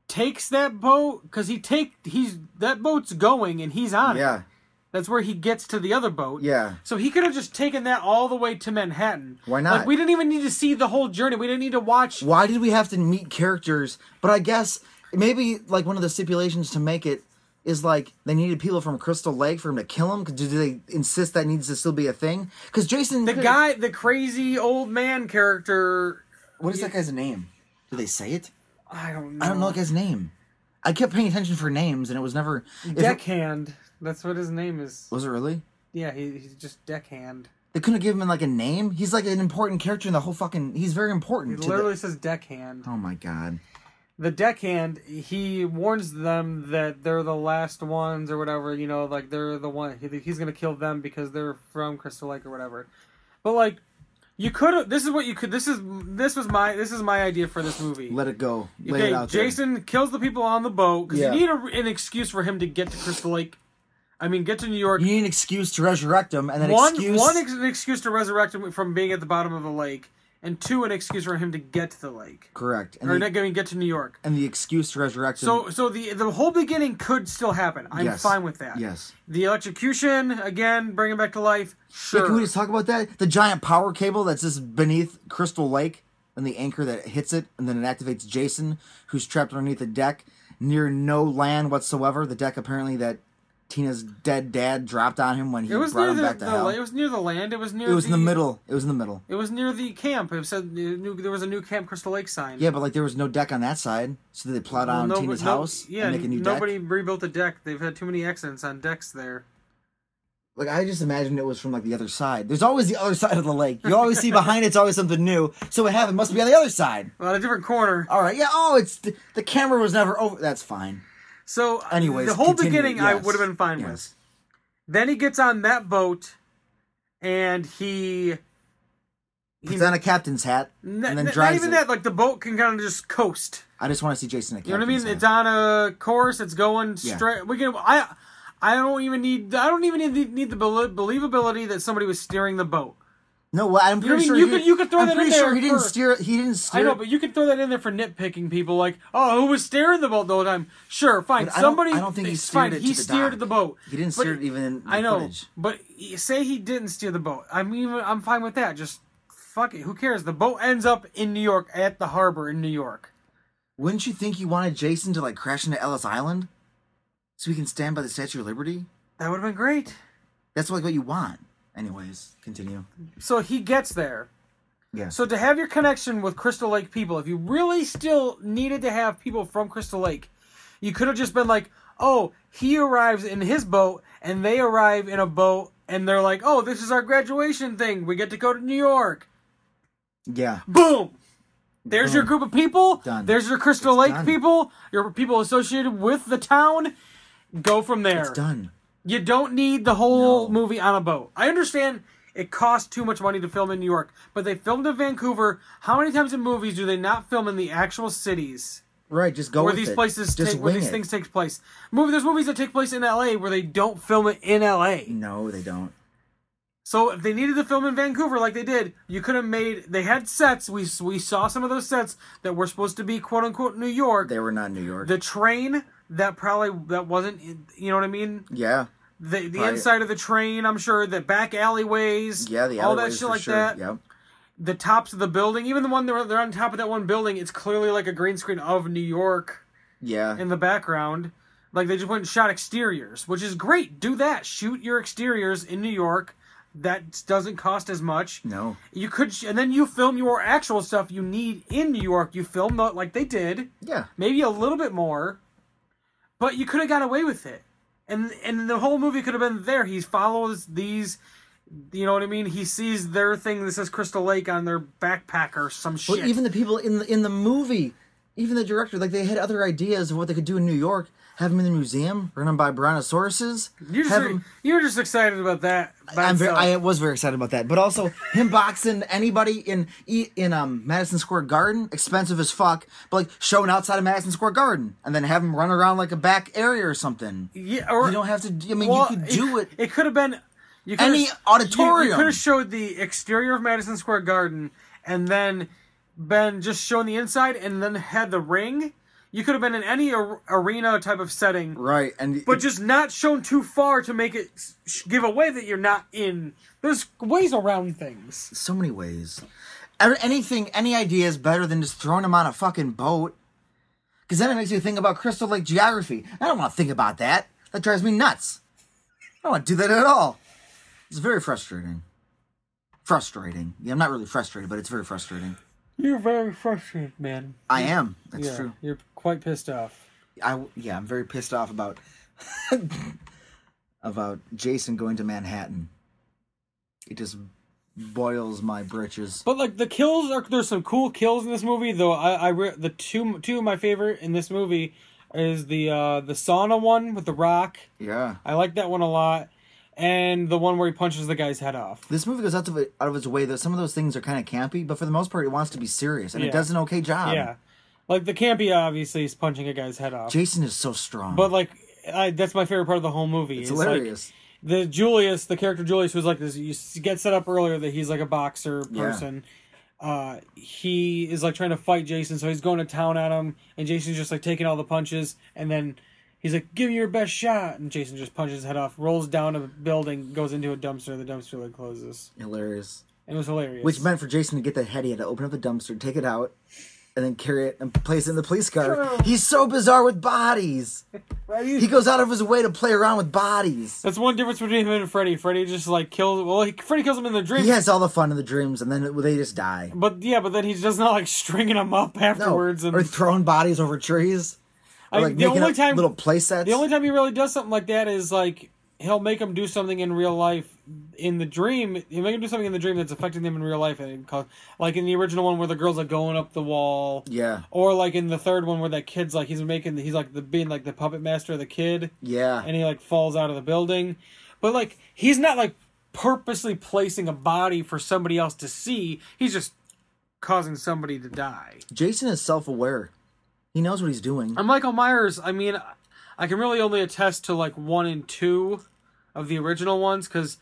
Speaker 1: takes that boat cuz he take he's that boat's going and he's on it.
Speaker 2: Yeah,
Speaker 1: That's where he gets to the other boat.
Speaker 2: yeah.
Speaker 1: So he could have just taken that all the way to Manhattan.
Speaker 2: Why not?
Speaker 1: Like we didn't even need to see the whole journey. We didn't need to watch
Speaker 2: Why did we have to meet characters? But I guess maybe like one of the stipulations to make it is like they needed people from Crystal Lake for him to kill him. 'Cause Do they insist that needs to still be a thing? Because Jason,
Speaker 1: The
Speaker 2: could've-
Speaker 1: guy, the crazy old man character.
Speaker 2: what is that guy's name? Do they say it?
Speaker 1: I don't know.
Speaker 2: I don't know that guy's name. I kept paying attention for names, and it was never. if it-
Speaker 1: Deckhand. That's what his name is.
Speaker 2: was it really?
Speaker 1: Yeah, he, he's just deckhand.
Speaker 2: They couldn't give him like a name. He's like an important character in the whole fucking. He's very important.
Speaker 1: It
Speaker 2: to the-
Speaker 1: literally says deckhand.
Speaker 2: oh my god.
Speaker 1: The deckhand, he warns them that they're the last ones or whatever, you know, like they're the one. He, he's going to kill them because they're from Crystal Lake or whatever. But, like, you could have. This is what you could. This is this was my this is my idea for this movie.
Speaker 2: Let it go. Lay
Speaker 1: okay,
Speaker 2: it out there.
Speaker 1: Jason kills the people on the boat because
Speaker 2: Yeah.
Speaker 1: you need a, an excuse for him to get to Crystal Lake. I mean, get to New York.
Speaker 2: You need an excuse to resurrect him, and an
Speaker 1: one
Speaker 2: excuse.
Speaker 1: one ex- an excuse to resurrect him from being at the bottom of the lake, and two an excuse for him to get to the lake
Speaker 2: correct. And
Speaker 1: or
Speaker 2: the,
Speaker 1: not going to get to New York.
Speaker 2: and the excuse to resurrect him.
Speaker 1: So so the the whole beginning could still happen. I'm
Speaker 2: Yes.
Speaker 1: fine with that.
Speaker 2: yes.
Speaker 1: The electrocution again, bring him back to life.
Speaker 2: Yeah,
Speaker 1: Sure.
Speaker 2: can we just talk about that? The giant power cable that's just beneath Crystal Lake and the anchor that hits it and then it activates Jason, who's trapped underneath the deck near no land whatsoever. The deck apparently that Tina's dead dad dropped on him when he
Speaker 1: it was
Speaker 2: brought
Speaker 1: near
Speaker 2: him
Speaker 1: the,
Speaker 2: back to
Speaker 1: the
Speaker 2: hell.
Speaker 1: la- it was near the land. It was near
Speaker 2: It was in
Speaker 1: the,
Speaker 2: the middle. It was in the middle.
Speaker 1: It was near the camp. It said uh, new, there was a new Camp Crystal Lake sign.
Speaker 2: Yeah, but like there was no deck on that side, so they plowed
Speaker 1: Well,
Speaker 2: on
Speaker 1: no-
Speaker 2: Tina's
Speaker 1: no-
Speaker 2: house
Speaker 1: Yeah,
Speaker 2: and make a new deck.
Speaker 1: nobody rebuilt the deck. They've had too many accidents on decks there.
Speaker 2: Like I just imagined it was from like the other side. There's always the other side of the lake. You always see behind it's always something new. So it happened must be on the other side.
Speaker 1: Well, a different corner.
Speaker 2: All right. Yeah. Oh, it's the, the camera was never over. That's fine.
Speaker 1: So, uh,
Speaker 2: Anyways,
Speaker 1: the whole
Speaker 2: continue,
Speaker 1: beginning I
Speaker 2: yes,
Speaker 1: would have been fine
Speaker 2: yes.
Speaker 1: with. Then he gets on that boat, and he
Speaker 2: Puts on a captain's hat
Speaker 1: n-
Speaker 2: and then
Speaker 1: n- not
Speaker 2: drives
Speaker 1: even
Speaker 2: it.
Speaker 1: that like the boat can kind of just coast.
Speaker 2: I just want to see Jason. in a
Speaker 1: You know what I mean?
Speaker 2: captain's
Speaker 1: It's on a course. It's going
Speaker 2: Yeah.
Speaker 1: straight. We can. I. I don't even need. I don't even need, need the belie- believability that somebody was steering the boat.
Speaker 2: hat. No, well, I'm pretty
Speaker 1: mean,
Speaker 2: sure
Speaker 1: you
Speaker 2: he,
Speaker 1: could- you could throw
Speaker 2: I'm
Speaker 1: that in
Speaker 2: pretty sure
Speaker 1: there
Speaker 2: he didn't
Speaker 1: for-
Speaker 2: steer. He didn't steer.
Speaker 1: I know, but you can throw that in there for nitpicking people. Like, oh, who was steering the boat the whole time? Sure, fine.
Speaker 2: But I don't-
Speaker 1: Somebody.
Speaker 2: I don't think he
Speaker 1: it's
Speaker 2: steered
Speaker 1: fine.
Speaker 2: it
Speaker 1: He
Speaker 2: to the
Speaker 1: steered
Speaker 2: dock.
Speaker 1: the boat.
Speaker 2: He didn't
Speaker 1: But-
Speaker 2: steer it even in the
Speaker 1: I know,
Speaker 2: footage.
Speaker 1: but y- say he didn't steer the boat. I mean, I'm fine with that. Just fuck it. Who cares? The boat ends up in New York at the harbor in New York.
Speaker 2: Wouldn't you think you wanted Jason to like crash into Ellis Island, so he can stand by the Statue of Liberty?
Speaker 1: That would have been great.
Speaker 2: That's like what you want. Anyways, continue.
Speaker 1: So he gets there.
Speaker 2: Yeah.
Speaker 1: So to have your connection with Crystal Lake people, if you really still needed to have people from Crystal Lake, you could have just been like, "Oh, he arrives in his boat and they arrive in a boat and they're like, "Oh, this is our graduation thing. We get to go to New York."
Speaker 2: yeah.
Speaker 1: Boom. There's your group of people.
Speaker 2: Done.
Speaker 1: There's your Crystal
Speaker 2: It's
Speaker 1: Lake
Speaker 2: done.
Speaker 1: people, your people associated with the town. Go from there.
Speaker 2: It's done.
Speaker 1: You don't need the whole
Speaker 2: No.
Speaker 1: movie on a boat. I understand it costs too much money to film in New York, but they filmed in Vancouver. How many times in movies do they not film in the actual cities
Speaker 2: Right. Just go
Speaker 1: where
Speaker 2: with
Speaker 1: these
Speaker 2: it.
Speaker 1: places
Speaker 2: Just
Speaker 1: take, where
Speaker 2: wing
Speaker 1: these
Speaker 2: it.
Speaker 1: things take place? Movie there's movies that take place in LA where they don't film it in LA.
Speaker 2: No, they don't.
Speaker 1: So if they needed to film in Vancouver like they did, you could have made they had sets. We we saw some of those sets that were supposed to be quote unquote New York.
Speaker 2: They were not in New York.
Speaker 1: The train that probably that wasn't you know what I mean?
Speaker 2: yeah.
Speaker 1: the the
Speaker 2: Right.
Speaker 1: inside of the train. I'm sure the back alleyways.
Speaker 2: Yeah. The
Speaker 1: all
Speaker 2: alleyways
Speaker 1: that shit
Speaker 2: for
Speaker 1: like
Speaker 2: sure.
Speaker 1: that.
Speaker 2: Yep.
Speaker 1: The tops of the building, even the one they're they're on top of that one building. It's clearly like a green screen of New York
Speaker 2: Yeah.
Speaker 1: in the background. Like they just went and shot exteriors, which is great. Do that. Shoot your exteriors in New York. That doesn't cost as much.
Speaker 2: no.
Speaker 1: You could, sh- and then you film your actual stuff you need in New York. You film the, like they did
Speaker 2: Yeah.
Speaker 1: maybe a little bit more, but you could have got away with it. And and the whole movie could have been there. He follows these, you know what I mean. He sees their thing that says Crystal Lake on their backpack or some shit.
Speaker 2: But even the people in the in the movie, even the director, like they had other ideas of what they could do in New York. Have them in the museum, run them by brontosauruses.
Speaker 1: you're just
Speaker 2: have
Speaker 1: re-
Speaker 2: 'em-
Speaker 1: you're just excited about that. by
Speaker 2: I'm very,
Speaker 1: itself.
Speaker 2: I was very excited about that, but also him boxing anybody in e- in um Madison Square Garden, expensive as fuck, but like showing outside of Madison Square Garden, and then have him run around like a back area or something.
Speaker 1: yeah, or
Speaker 2: You don't have to. d- I mean,
Speaker 1: well,
Speaker 2: you could do it.
Speaker 1: It could have been you could
Speaker 2: Any
Speaker 1: You,
Speaker 2: auditorium.
Speaker 1: could have showed the exterior of Madison Square Garden and then been just shown the inside and then had the ring. You could have been in any ar- arena type of setting,
Speaker 2: Right, and
Speaker 1: but just not shown too far to make it s- sh- give away that you're not in. There's ways around things.
Speaker 2: so many ways. Ever- Anything, any idea is better than just throwing them on a fucking boat. Because then it makes me think about Crystal Lake geography. I don't want to think about that. That drives me nuts. I don't want to do that at all. It's very frustrating. Frustrating. Yeah, I'm not really frustrated, but it's very frustrating.
Speaker 1: You're very frustrated, man.
Speaker 2: I am. That's
Speaker 1: yeah,
Speaker 2: true.
Speaker 1: You're quite pissed off.
Speaker 2: I yeah, I'm very pissed off about about Jason going to Manhattan. It just boils my britches.
Speaker 1: But like the kills are there's some cool kills in this movie though. I I re- the two two of my favorite in this movie is the uh the sauna one with the rock.
Speaker 2: Yeah.
Speaker 1: I like that one a lot, and the one where he punches the guy's head off.
Speaker 2: This movie goes out of out of its way that some of those things are kind of campy, but for the most part, it wants to be serious, and
Speaker 1: Yeah.
Speaker 2: it does an okay job.
Speaker 1: yeah, like the campy obviously is punching a guy's head off.
Speaker 2: Jason is so strong.
Speaker 1: but like I, that's my favorite part of the whole movie.
Speaker 2: it's
Speaker 1: It's like,
Speaker 2: hilarious.
Speaker 1: the Julius, the character Julius, who's like this, you s- get set up earlier that he's like a boxer
Speaker 2: Yeah.
Speaker 1: person. Uh, he is like trying to fight Jason, so he's going to town at him, and Jason's just like taking all the punches, and then he's like, "Give me your best shot," and Jason just punches his head off, rolls down a building, goes into a dumpster, the dumpster lid closes.
Speaker 2: hilarious.
Speaker 1: It was hilarious.
Speaker 2: Which meant for Jason to get that head, he had to open up the dumpster, take it out, and then carry it and place it in the police car. He's so bizarre with bodies. He goes out of his way to play around with bodies.
Speaker 1: that's one difference between him and Freddy. Freddy just like kills. Well, he, Freddy kills him in the dream,
Speaker 2: He has all the fun in the dreams, and then they just die.
Speaker 1: but yeah, but then he's just not like stringing him up
Speaker 2: No,
Speaker 1: afterwards. and
Speaker 2: or throwing bodies over trees.
Speaker 1: I-
Speaker 2: Or like
Speaker 1: the
Speaker 2: making
Speaker 1: only
Speaker 2: up
Speaker 1: time
Speaker 2: little play sets.
Speaker 1: The only time he really does something like that is like he'll make him do something in real life. In the dream, he'll make him do something in the dream that's affecting them in real life, and it cau- like in the original one where the girls are going up the wall,
Speaker 2: yeah,
Speaker 1: or like in the third one where that kid's like he's making he's like the being like the puppet master of the kid,
Speaker 2: yeah.
Speaker 1: and he like falls out of the building, but like he's not like purposely placing a body for somebody else to see. He's just causing somebody to die.
Speaker 2: Jason is self-aware. He knows what he's doing.
Speaker 1: And Michael Myers, I mean, I can really only attest to like one and two of the original ones because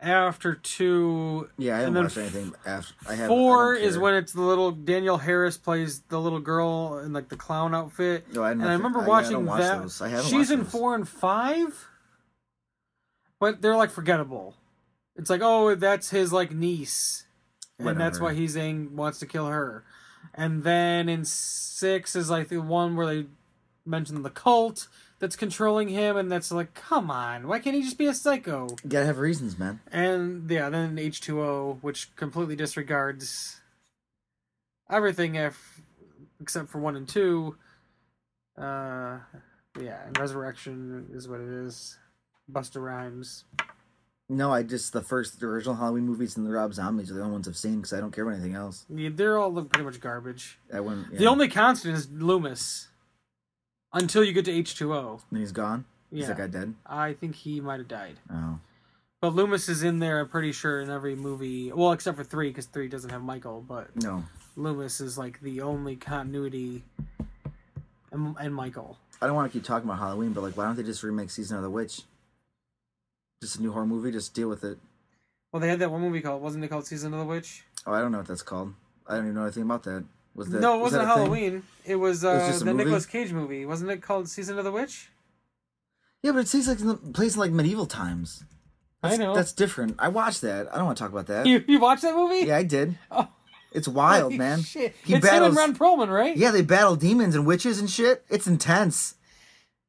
Speaker 1: after two,
Speaker 2: Yeah, I
Speaker 1: and
Speaker 2: haven't
Speaker 1: then
Speaker 2: watched anything after. I have
Speaker 1: four is when it's the little Daniel Harris plays the little girl in like the clown outfit.
Speaker 2: No, I don't
Speaker 1: and
Speaker 2: know
Speaker 1: I
Speaker 2: if-
Speaker 1: remember
Speaker 2: I- I
Speaker 1: watching
Speaker 2: don't watch
Speaker 1: that.
Speaker 2: those. I haven't
Speaker 1: She's
Speaker 2: watched
Speaker 1: in
Speaker 2: those.
Speaker 1: four and five, but they're like forgettable. It's like oh, that's his like niece, and that's
Speaker 2: Whatever.
Speaker 1: why he's saying wants to kill her. And then in six is like the one where they mention the cult that's controlling him, and that's like, come on, why can't he just be a psycho?
Speaker 2: You gotta have reasons, man.
Speaker 1: And yeah, then H two O, which completely disregards everything if, except for one and two. Uh, yeah, and Resurrection is what it is. Buster Rhymes.
Speaker 2: No, I just the first the original Halloween movies and the Rob Zombies are the only ones I've seen because I don't care about anything else.
Speaker 1: Yeah, they're all pretty much garbage.
Speaker 2: I wouldn't. Yeah.
Speaker 1: The only constant is Loomis. Until you get to H two O.
Speaker 2: Then he's gone.
Speaker 1: Yeah.
Speaker 2: He's like I dead.
Speaker 1: I think he might have died.
Speaker 2: Oh,
Speaker 1: But Loomis is in there, I'm pretty sure, in every movie. Well, except for three, because three doesn't have Michael, but
Speaker 2: no.
Speaker 1: Loomis is like the only continuity, and, and Michael.
Speaker 2: I don't want to keep talking about Halloween, but like, why don't they just remake Season of the Witch? Just a new horror movie. Just deal with it.
Speaker 1: Well, they had that one movie called wasn't it called Season of the Witch?
Speaker 2: Oh, I don't know what that's called. I don't even know anything about that. Was that
Speaker 1: no, it
Speaker 2: was
Speaker 1: wasn't
Speaker 2: that a thing?
Speaker 1: Halloween. It was uh,
Speaker 2: was just a
Speaker 1: the
Speaker 2: movie?
Speaker 1: Nicolas Cage movie. Wasn't it called Season of the Witch?
Speaker 2: Yeah, but it seems like in the place in like medieval times.
Speaker 1: I know.
Speaker 2: That's different. I watched that. I don't want to talk about that.
Speaker 1: you you watched that movie?
Speaker 2: Yeah, I did.
Speaker 1: Oh.
Speaker 2: It's wild, man.
Speaker 1: Shit. It's him and Ron Perlman, right?
Speaker 2: Yeah, they battle demons and witches and shit. It's intense.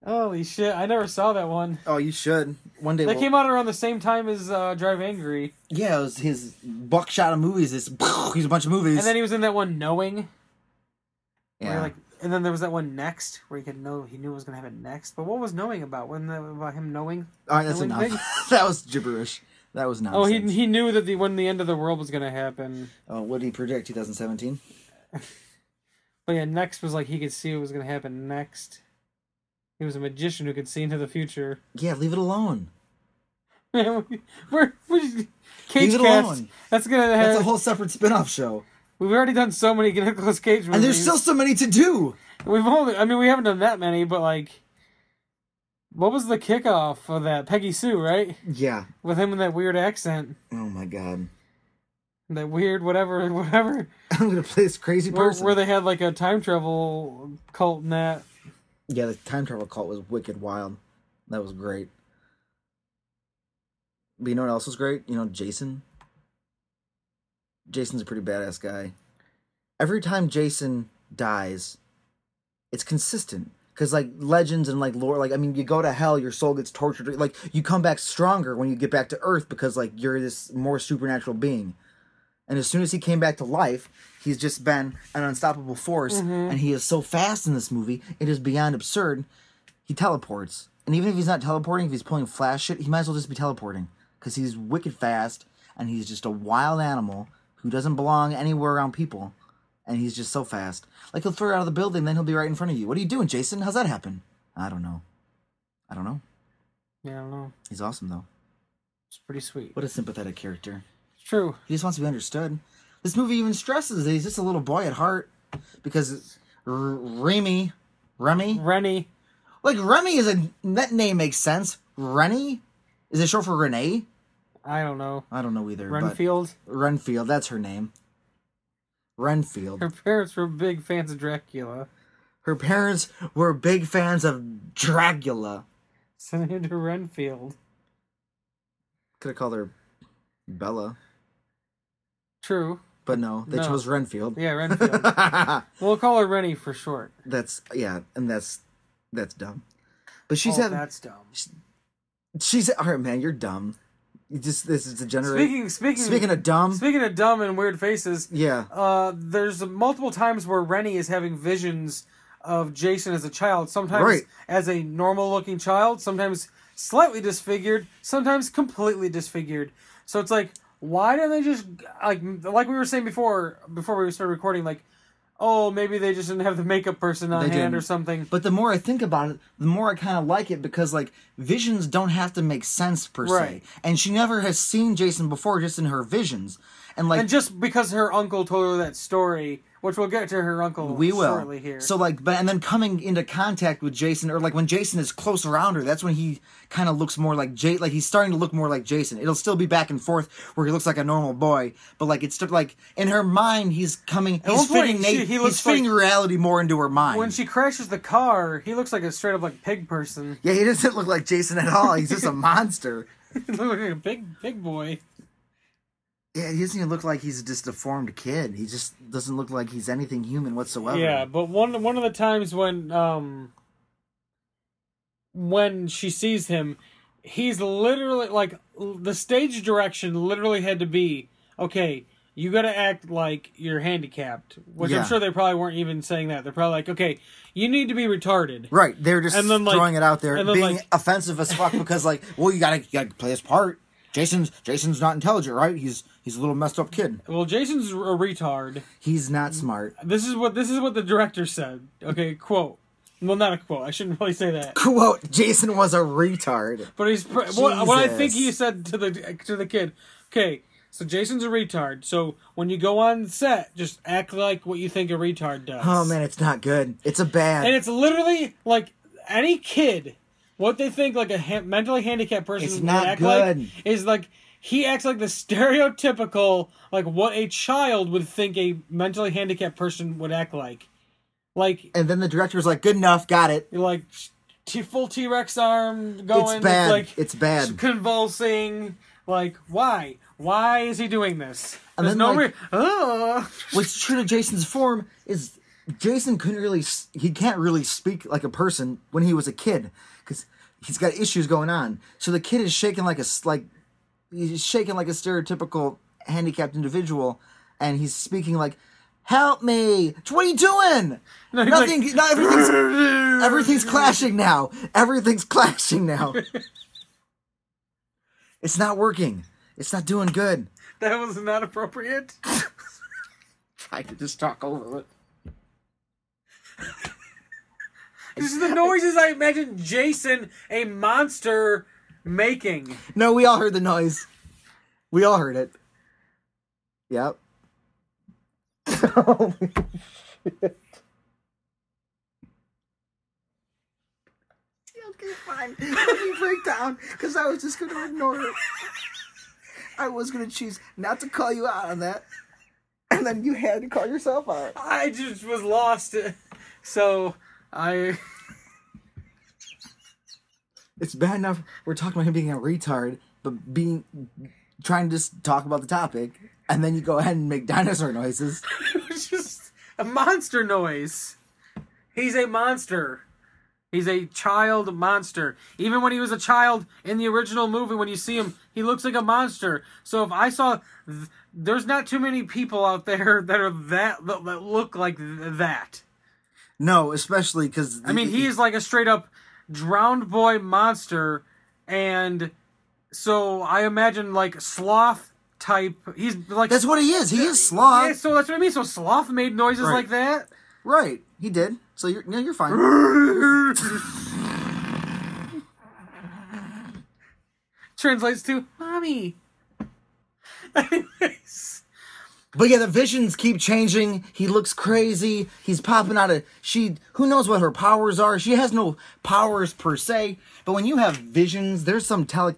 Speaker 1: Holy shit! I never saw that one.
Speaker 2: Oh, you should. One day.
Speaker 1: That
Speaker 2: we'll-
Speaker 1: came out around the same time as uh, Drive Angry,
Speaker 2: yeah, it was his buckshot of movies. This he's a bunch of movies.
Speaker 1: and then he was in that one Knowing. where
Speaker 2: yeah.
Speaker 1: like, and then there was that one Next, where he could know he knew was gonna have it next. But what was Knowing about? Wasn't that about him knowing?
Speaker 2: All right, that's
Speaker 1: Knowing
Speaker 2: enough. that was gibberish. That was
Speaker 1: Oh, he
Speaker 2: nonsense.
Speaker 1: he knew that the when the end of the world was gonna happen.
Speaker 2: Oh, what did he predict? 2017.
Speaker 1: But yeah, next was like he could see what was gonna happen next. He was a magician who could see into the future.
Speaker 2: Yeah, leave it alone.
Speaker 1: We're, we're, Cage
Speaker 2: Leave it
Speaker 1: cast.
Speaker 2: alone.
Speaker 1: That's gonna have.
Speaker 2: That's a whole separate spin-off show,
Speaker 1: we've already done so many Nicolas Cage movies.
Speaker 2: and there's still so many to do.
Speaker 1: We've only. I mean, we haven't done that many, but like. What was the kickoff of that? Peggy Sue, right?
Speaker 2: Yeah.
Speaker 1: With him in that weird accent,
Speaker 2: Oh my god.
Speaker 1: that weird whatever, whatever.
Speaker 2: I'm gonna play this crazy
Speaker 1: Where,
Speaker 2: person.
Speaker 1: where they had like a time travel cult in that.
Speaker 2: Yeah, the time travel cult was wicked wild. That was great. But you know what else was great? You know, Jason. Jason's a pretty badass guy. Every time Jason dies, it's consistent because like legends and like lore like i mean you go to hell your soul gets tortured like you come back stronger when you get back to earth because like you're this more supernatural being and as soon as he came back to life he's just been an unstoppable force and he is so fast in this movie it is beyond absurd he teleports and even if he's not teleporting if he's pulling flash shit he might as well just be teleporting because he's wicked fast and he's just a wild animal who doesn't belong anywhere around people and he's just so fast. Like he'll throw you out of the building, then he'll be right in front of you. What are you doing, Jason? How's that happen? I don't know. I don't know.
Speaker 1: Yeah, I don't know.
Speaker 2: He's awesome though.
Speaker 1: It's pretty sweet.
Speaker 2: What a sympathetic character.
Speaker 1: It's true.
Speaker 2: He just wants to be understood. This movie even stresses that he's just a little boy at heart because R- Remy, Remy,
Speaker 1: Rennie.
Speaker 2: like Remy is a that name makes sense. Rennie is it short for Renee?
Speaker 1: I don't know.
Speaker 2: I don't know either.
Speaker 1: Renfield.
Speaker 2: but Renfield, that's her name. Renfield.
Speaker 1: Her parents were big fans of Dracula.
Speaker 2: Her parents were big fans of Dracula.
Speaker 1: Sent him to Renfield.
Speaker 2: Could have called her Bella,
Speaker 1: True.
Speaker 2: but no, they
Speaker 1: No.
Speaker 2: chose Renfield.
Speaker 1: Yeah, Renfield. we'll call her Rennie for short.
Speaker 2: that's yeah, and that's that's dumb. But she's
Speaker 1: oh,
Speaker 2: having
Speaker 1: that's dumb.
Speaker 2: she's all right, man. You're dumb. You just this is a generation.
Speaker 1: Speaking speaking
Speaker 2: Speaking of dumb,
Speaker 1: speaking of dumb and weird faces,
Speaker 2: yeah,
Speaker 1: uh, there's multiple times where Rennie is having visions of Jason as a child. Sometimes
Speaker 2: Right.
Speaker 1: as a normal-looking child, sometimes slightly disfigured, sometimes completely disfigured. So it's like, why didn't they just like like we were saying before before we started recording? Like, oh, maybe they just didn't have the makeup person on
Speaker 2: They
Speaker 1: hand or
Speaker 2: didn't.
Speaker 1: something.
Speaker 2: But the more I think about it, the more I kind of like it because like visions don't have to make sense per
Speaker 1: Right.
Speaker 2: se, and she never has seen Jason before, just in her visions, and like
Speaker 1: and just because her uncle told her that story, which we'll get to her uncle
Speaker 2: we will.
Speaker 1: shortly here.
Speaker 2: So like, but and then coming into contact with Jason, or like when Jason is close around her, that's when he kind of looks more like Jay. Like he's starting to look more like Jason. It'll still be back and forth where he looks like a normal boy, but like it's still, like in her mind he's coming.
Speaker 1: one
Speaker 2: He's
Speaker 1: point,
Speaker 2: fitting.
Speaker 1: she-
Speaker 2: Nate,
Speaker 1: he
Speaker 2: he's
Speaker 1: looks
Speaker 2: fitting
Speaker 1: like-
Speaker 2: reality more into her mind.
Speaker 1: when she crashes the car, he looks like a straight up like pig person.
Speaker 2: yeah, he doesn't look like Jason at all. He's just a monster.
Speaker 1: He looks like a big big boy.
Speaker 2: Yeah, he doesn't even look like he's just a deformed kid. He just doesn't look like he's anything human whatsoever.
Speaker 1: Yeah, but one one of the times when um when she sees him, he's literally like l- the stage direction literally had to be okay. You got to act like you're handicapped, which
Speaker 2: Yeah.
Speaker 1: I'm sure they probably weren't even saying that. They're probably like, okay, you need to be retarded.
Speaker 2: Right, they're just
Speaker 1: And then, like-
Speaker 2: throwing it out there,
Speaker 1: and then,
Speaker 2: being
Speaker 1: like-
Speaker 2: offensive as fuck because, like, well, you gotta, you gotta play his part. Jason's Jason's not intelligent, right? He's he's a little messed up kid.
Speaker 1: Well, Jason's a retard.
Speaker 2: He's not smart.
Speaker 1: This is what this is what the director said. Okay, quote. Well, not a quote. I shouldn't really say that.
Speaker 2: Quote: Jason was a retard.
Speaker 1: But he's pr- what, what I
Speaker 2: Jesus.
Speaker 1: think he said to the to the kid. Okay, so Jason's a retard. So when you go on set, just act like what you think a retard does.
Speaker 2: Oh man, it's not good. It's a bad.
Speaker 1: And it's literally like any kid, what they think like a ha- mentally handicapped person
Speaker 2: It's
Speaker 1: would
Speaker 2: not
Speaker 1: act
Speaker 2: good.
Speaker 1: like is like he acts like the stereotypical like what a child would think a mentally handicapped person would act like. Like
Speaker 2: and then the director's like, "Good enough, got it."
Speaker 1: like t- full T Rex arm going.
Speaker 2: It's bad.
Speaker 1: Like,
Speaker 2: It's bad.
Speaker 1: Convulsing. Like why? Why is he doing this?
Speaker 2: And
Speaker 1: There's
Speaker 2: then,
Speaker 1: no
Speaker 2: like-
Speaker 1: re- Ugh.
Speaker 2: What's true to Jason's form is Jason couldn't really s- he can't really speak like a person when he was a kid because he's got issues going on. So the kid is shaking like a s- like he's shaking like a stereotypical handicapped individual, and he's speaking like. Help me! What are you doing?
Speaker 1: No, he's
Speaker 2: Nothing.
Speaker 1: like-
Speaker 2: not everything's, everything's clashing now. Everything's clashing now. it's not working. It's not doing good.
Speaker 1: That was not appropriate.
Speaker 2: Trying to just talk over it.
Speaker 1: this is the noises I imagine Jason, a monster, making.
Speaker 2: No, we all heard the noise. We all heard it. Yep. okay, fine. Let me break down because I was just going to ignore it. I was going to choose not to call you out on that. And then you had to call yourself out.
Speaker 1: I just was lost. So I.
Speaker 2: It's bad enough we're talking about him being a retard, but being trying to just talk about the topic, and then you go ahead and make dinosaur noises.
Speaker 1: It was just a monster noise. He's a monster. He's a child monster. Even when he was a child in the original movie, when you see him, he looks like a monster. So if I saw, th- there's not too many people out there that are that that that look like th- that.
Speaker 2: No, especially because
Speaker 1: I mean, he is like a straight up drowned boy monster, and so I imagine like sloth type. He's like
Speaker 2: That's what he is. He is sloth.
Speaker 1: Yeah, so that's what I mean. So sloth made noises
Speaker 2: Right.
Speaker 1: like that.
Speaker 2: Right. He did. So you're no, you're fine.
Speaker 1: Translates to mommy. Anyways,
Speaker 2: But yeah, the visions keep changing. He looks crazy. He's popping out of she. Who knows what her powers are? She has no powers per se. But when you have visions, there's some tele,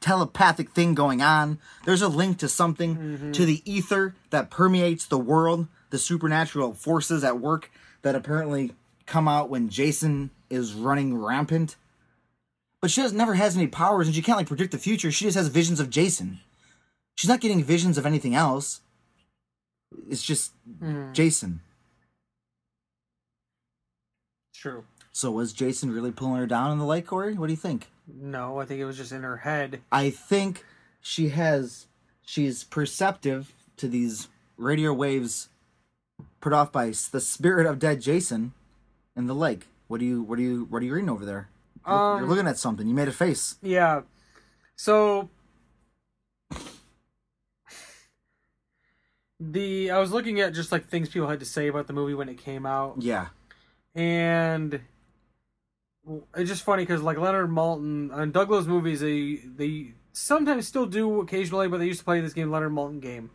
Speaker 2: telepathic thing going on. There's a link to something to the ether that permeates the world. The supernatural forces at work that apparently come out when Jason is running rampant. But she has, never has any powers, and she can't like predict the future. She just has visions of Jason. She's not getting visions of anything else. It's just
Speaker 1: Hmm.
Speaker 2: Jason.
Speaker 1: true.
Speaker 2: So was Jason really pulling her down in the lake, Corey? What do you think?
Speaker 1: No, I think it was just in her head.
Speaker 2: I think she has she's perceptive to these radio waves put off by s- the spirit of dead Jason in the lake. What do you what do you what are you reading over there? Look-
Speaker 1: Um,
Speaker 2: You're looking at something. You made a face.
Speaker 1: Yeah. So the I was looking at just like things people had to say about the movie when it came out.
Speaker 2: Yeah.
Speaker 1: and it's just funny because like Leonard Malton on Douglas movies, they they sometimes still do occasionally, but they used to play this game, Leonard Malton game,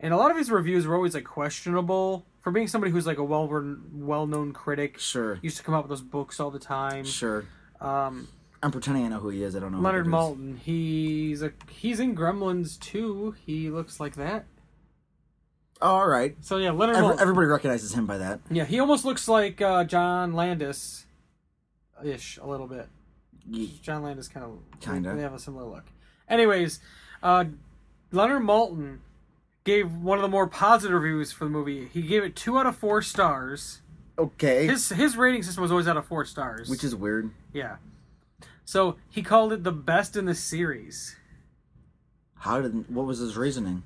Speaker 1: and a lot of his reviews were always like questionable for being somebody who's like a well well known critic.
Speaker 2: Sure.
Speaker 1: used to come out with those books all the time.
Speaker 2: Sure.
Speaker 1: Um,
Speaker 2: I'm pretending I know who he is. I don't know. who
Speaker 1: Leonard
Speaker 2: that is.
Speaker 1: Malton, he's a he's in Gremlins too. He looks like that.
Speaker 2: All right.
Speaker 1: So yeah, Leonard
Speaker 2: Every,
Speaker 1: Maltin.
Speaker 2: everybody recognizes him by that.
Speaker 1: yeah, he almost looks like uh, John Landis, ish a little bit.
Speaker 2: Ye-
Speaker 1: John Landis kind of
Speaker 2: Kinda.
Speaker 1: They have a similar look. Anyways, uh, Leonard Malton gave one of the more positive reviews for the movie. He gave it two out of four stars.
Speaker 2: Okay.
Speaker 1: His his rating system was always out of four stars,
Speaker 2: Which is weird.
Speaker 1: yeah. So he called it the best in the series.
Speaker 2: How did what was his reasoning?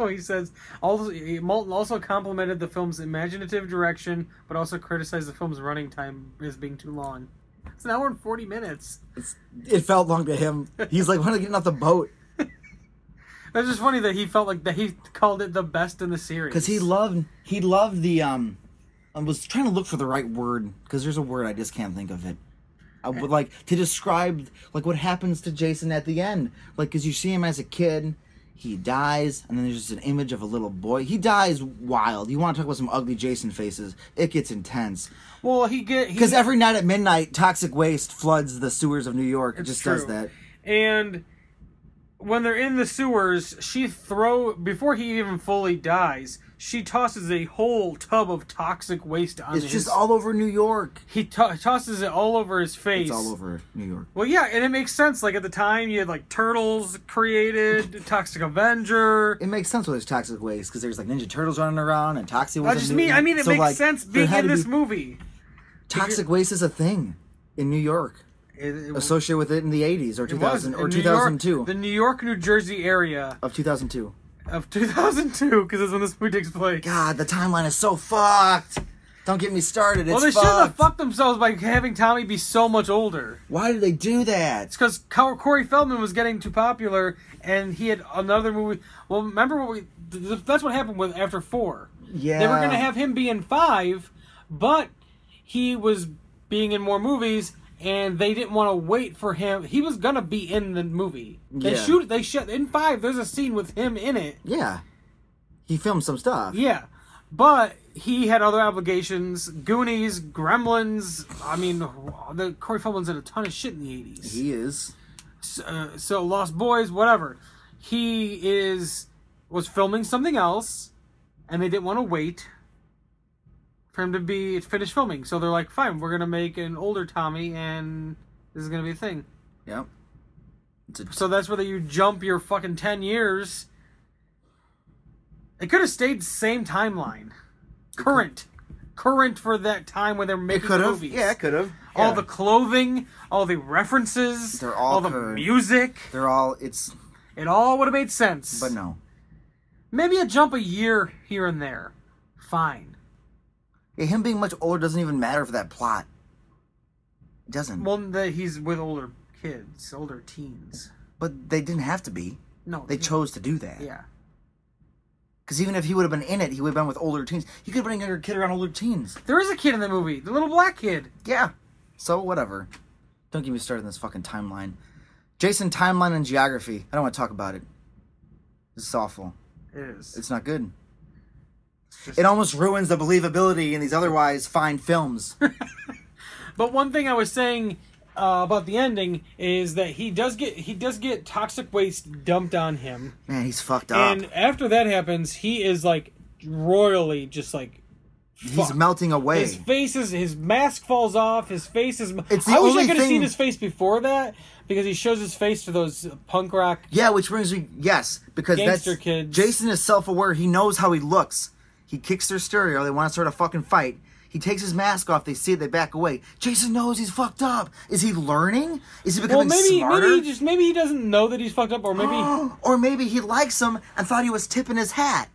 Speaker 1: Oh, he says. Also, Malton also complimented the film's imaginative direction, but also criticized the film's running time as being too long. It's an hour and forty minutes.
Speaker 2: It felt long to him. He's like, when are they getting off the boat?
Speaker 1: It's just funny that he felt like that he called it the best in the series.
Speaker 2: Because he loved he loved the um. I was trying to look for the right word because there's a word I just can't think of it. I would like to describe like what happens to Jason at the end, like because you see him as a kid, he dies, and then there's just an image of a little boy. He dies wild. You want to talk about some ugly Jason faces? It gets intense.
Speaker 1: well, he get he
Speaker 2: Because every night at midnight, toxic waste floods the sewers of New York. It just does
Speaker 1: true.
Speaker 2: that.
Speaker 1: and when they're in the sewers she throw before he even fully dies she tosses a whole tub of toxic waste on
Speaker 2: It's
Speaker 1: his
Speaker 2: just all over New York.
Speaker 1: he to- tosses it all over his face
Speaker 2: It's all over New York.
Speaker 1: well yeah and it makes sense like at the time you had like turtles created toxic avenger
Speaker 2: it makes sense with there's toxic waste because there's like Ninja Turtles running around and Toxic Waste.
Speaker 1: i just mean i mean it makes sense being in this movie
Speaker 2: Toxic waste is a thing in New York,
Speaker 1: it, it-
Speaker 2: associated with it in the 80s or
Speaker 1: it was in
Speaker 2: 2000 or
Speaker 1: New York-
Speaker 2: 2002
Speaker 1: the new york new jersey area
Speaker 2: of 2002.
Speaker 1: of 2002 because that's when this movie takes place
Speaker 2: God, the timeline is so fucked. Don't get me started. It's
Speaker 1: Well, they should have
Speaker 2: fucked.
Speaker 1: fucked themselves by having Tommy be so much older.
Speaker 2: Why did they do that?
Speaker 1: It's because Corey Feldman was getting too popular, and he had another movie. Well, remember what we? Th- th- that's what happened with after four.
Speaker 2: Yeah,
Speaker 1: They were gonna have him be in five, but he was being in more movies, and they didn't want to wait for him. He was gonna be in the movie. They
Speaker 2: Yeah.
Speaker 1: shoot. They shot in five. There's a scene with him in it.
Speaker 2: Yeah, he filmed some stuff.
Speaker 1: Yeah, but he had other obligations: Goonies, Gremlins. I mean, the Corey Feldman did a ton of shit in the eighties.
Speaker 2: He is.
Speaker 1: Uh, so Lost Boys, whatever. He is was filming something else, and they didn't want to wait for him to be finished filming. So they're like, "Fine, we're gonna make an older Tommy, and this is gonna be a thing."
Speaker 2: Yep. It's a,
Speaker 1: So that's whether you jump your fucking ten years. It could have stayed same timeline, current. current for that time when they're
Speaker 2: It
Speaker 1: making
Speaker 2: could have.
Speaker 1: movies.
Speaker 2: Yeah, it could have.
Speaker 1: All the clothing, all the references,
Speaker 2: They're all
Speaker 1: the
Speaker 2: current.
Speaker 1: music,
Speaker 2: They're all. It's.
Speaker 1: it all would have made sense.
Speaker 2: But no.
Speaker 1: Maybe a jump a year here and there. Fine.
Speaker 2: Yeah, him being much older doesn't even matter for that plot. It doesn't.
Speaker 1: Well, the, he's with older kids, older teens.
Speaker 2: but they didn't have to be.
Speaker 1: No,
Speaker 2: They
Speaker 1: he-
Speaker 2: chose to do that.
Speaker 1: Yeah,
Speaker 2: Because even if he would have been in it, he would have been with older teens. He could have been a younger kid around older teens.
Speaker 1: there is a kid in the movie, the little black kid.
Speaker 2: Yeah. So whatever. Don't get me started on this fucking timeline. Jason, timeline and geography. I don't want to talk about it. This is awful.
Speaker 1: It is.
Speaker 2: It's not good. It almost ruins the believability in these otherwise fine films.
Speaker 1: But one thing I was saying uh, about the ending is that he does get he does get toxic waste dumped on him,
Speaker 2: Man, he's fucked up.
Speaker 1: and after that happens, he is like royally just like
Speaker 2: he's
Speaker 1: fucked.
Speaker 2: melting away.
Speaker 1: His face is his mask falls off. His face is.
Speaker 2: It's the
Speaker 1: I wish I
Speaker 2: only
Speaker 1: could have
Speaker 2: thing-
Speaker 1: seen his face before that because he shows his face to those punk rock.
Speaker 2: Yeah, which brings me yes, because
Speaker 1: Gangster
Speaker 2: that's
Speaker 1: kids.
Speaker 2: Jason is self-aware. He knows how he looks. He kicks their stereo. They want to start a fucking fight. He takes his mask off. They see it. They back away. Jason knows he's fucked up. Is he learning? Is he
Speaker 1: Well,
Speaker 2: becoming
Speaker 1: maybe
Speaker 2: smarter?
Speaker 1: maybe he just maybe he doesn't know that he's fucked up, or maybe
Speaker 2: or maybe he likes him and thought he was tipping his hat.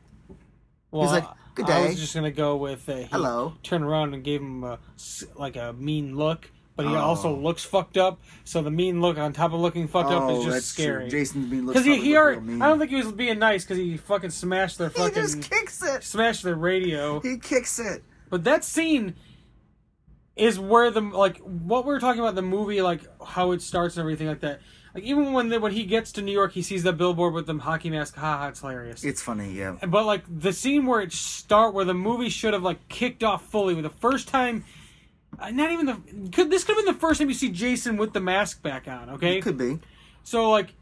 Speaker 1: well,
Speaker 2: like, "Good
Speaker 1: I
Speaker 2: day."
Speaker 1: was just gonna go with uh, he
Speaker 2: Hello.
Speaker 1: Turned around and gave him a, s- like a mean look, but
Speaker 2: Oh.
Speaker 1: he also looks fucked up. So the mean look on top of looking fucked up
Speaker 2: Oh,
Speaker 1: is just scary.
Speaker 2: Jason's being
Speaker 1: Because he, he already, I don't think he was being nice because he fucking smashed their
Speaker 2: he
Speaker 1: fucking
Speaker 2: just kicks it.
Speaker 1: smashed their radio.
Speaker 2: He kicks it.
Speaker 1: But that scene is where the like what we were talking about the movie like how it starts and everything like that. Like even when the, when he gets to New York, he sees the billboard with the hockey mask. Ha ha, it's hilarious.
Speaker 2: It's funny, yeah.
Speaker 1: but like the scene where it start where the movie should have like kicked off fully with the first time. uh, Not even the could this could have been the first time you see Jason with the mask back on. Okay,
Speaker 2: It could be.
Speaker 1: so like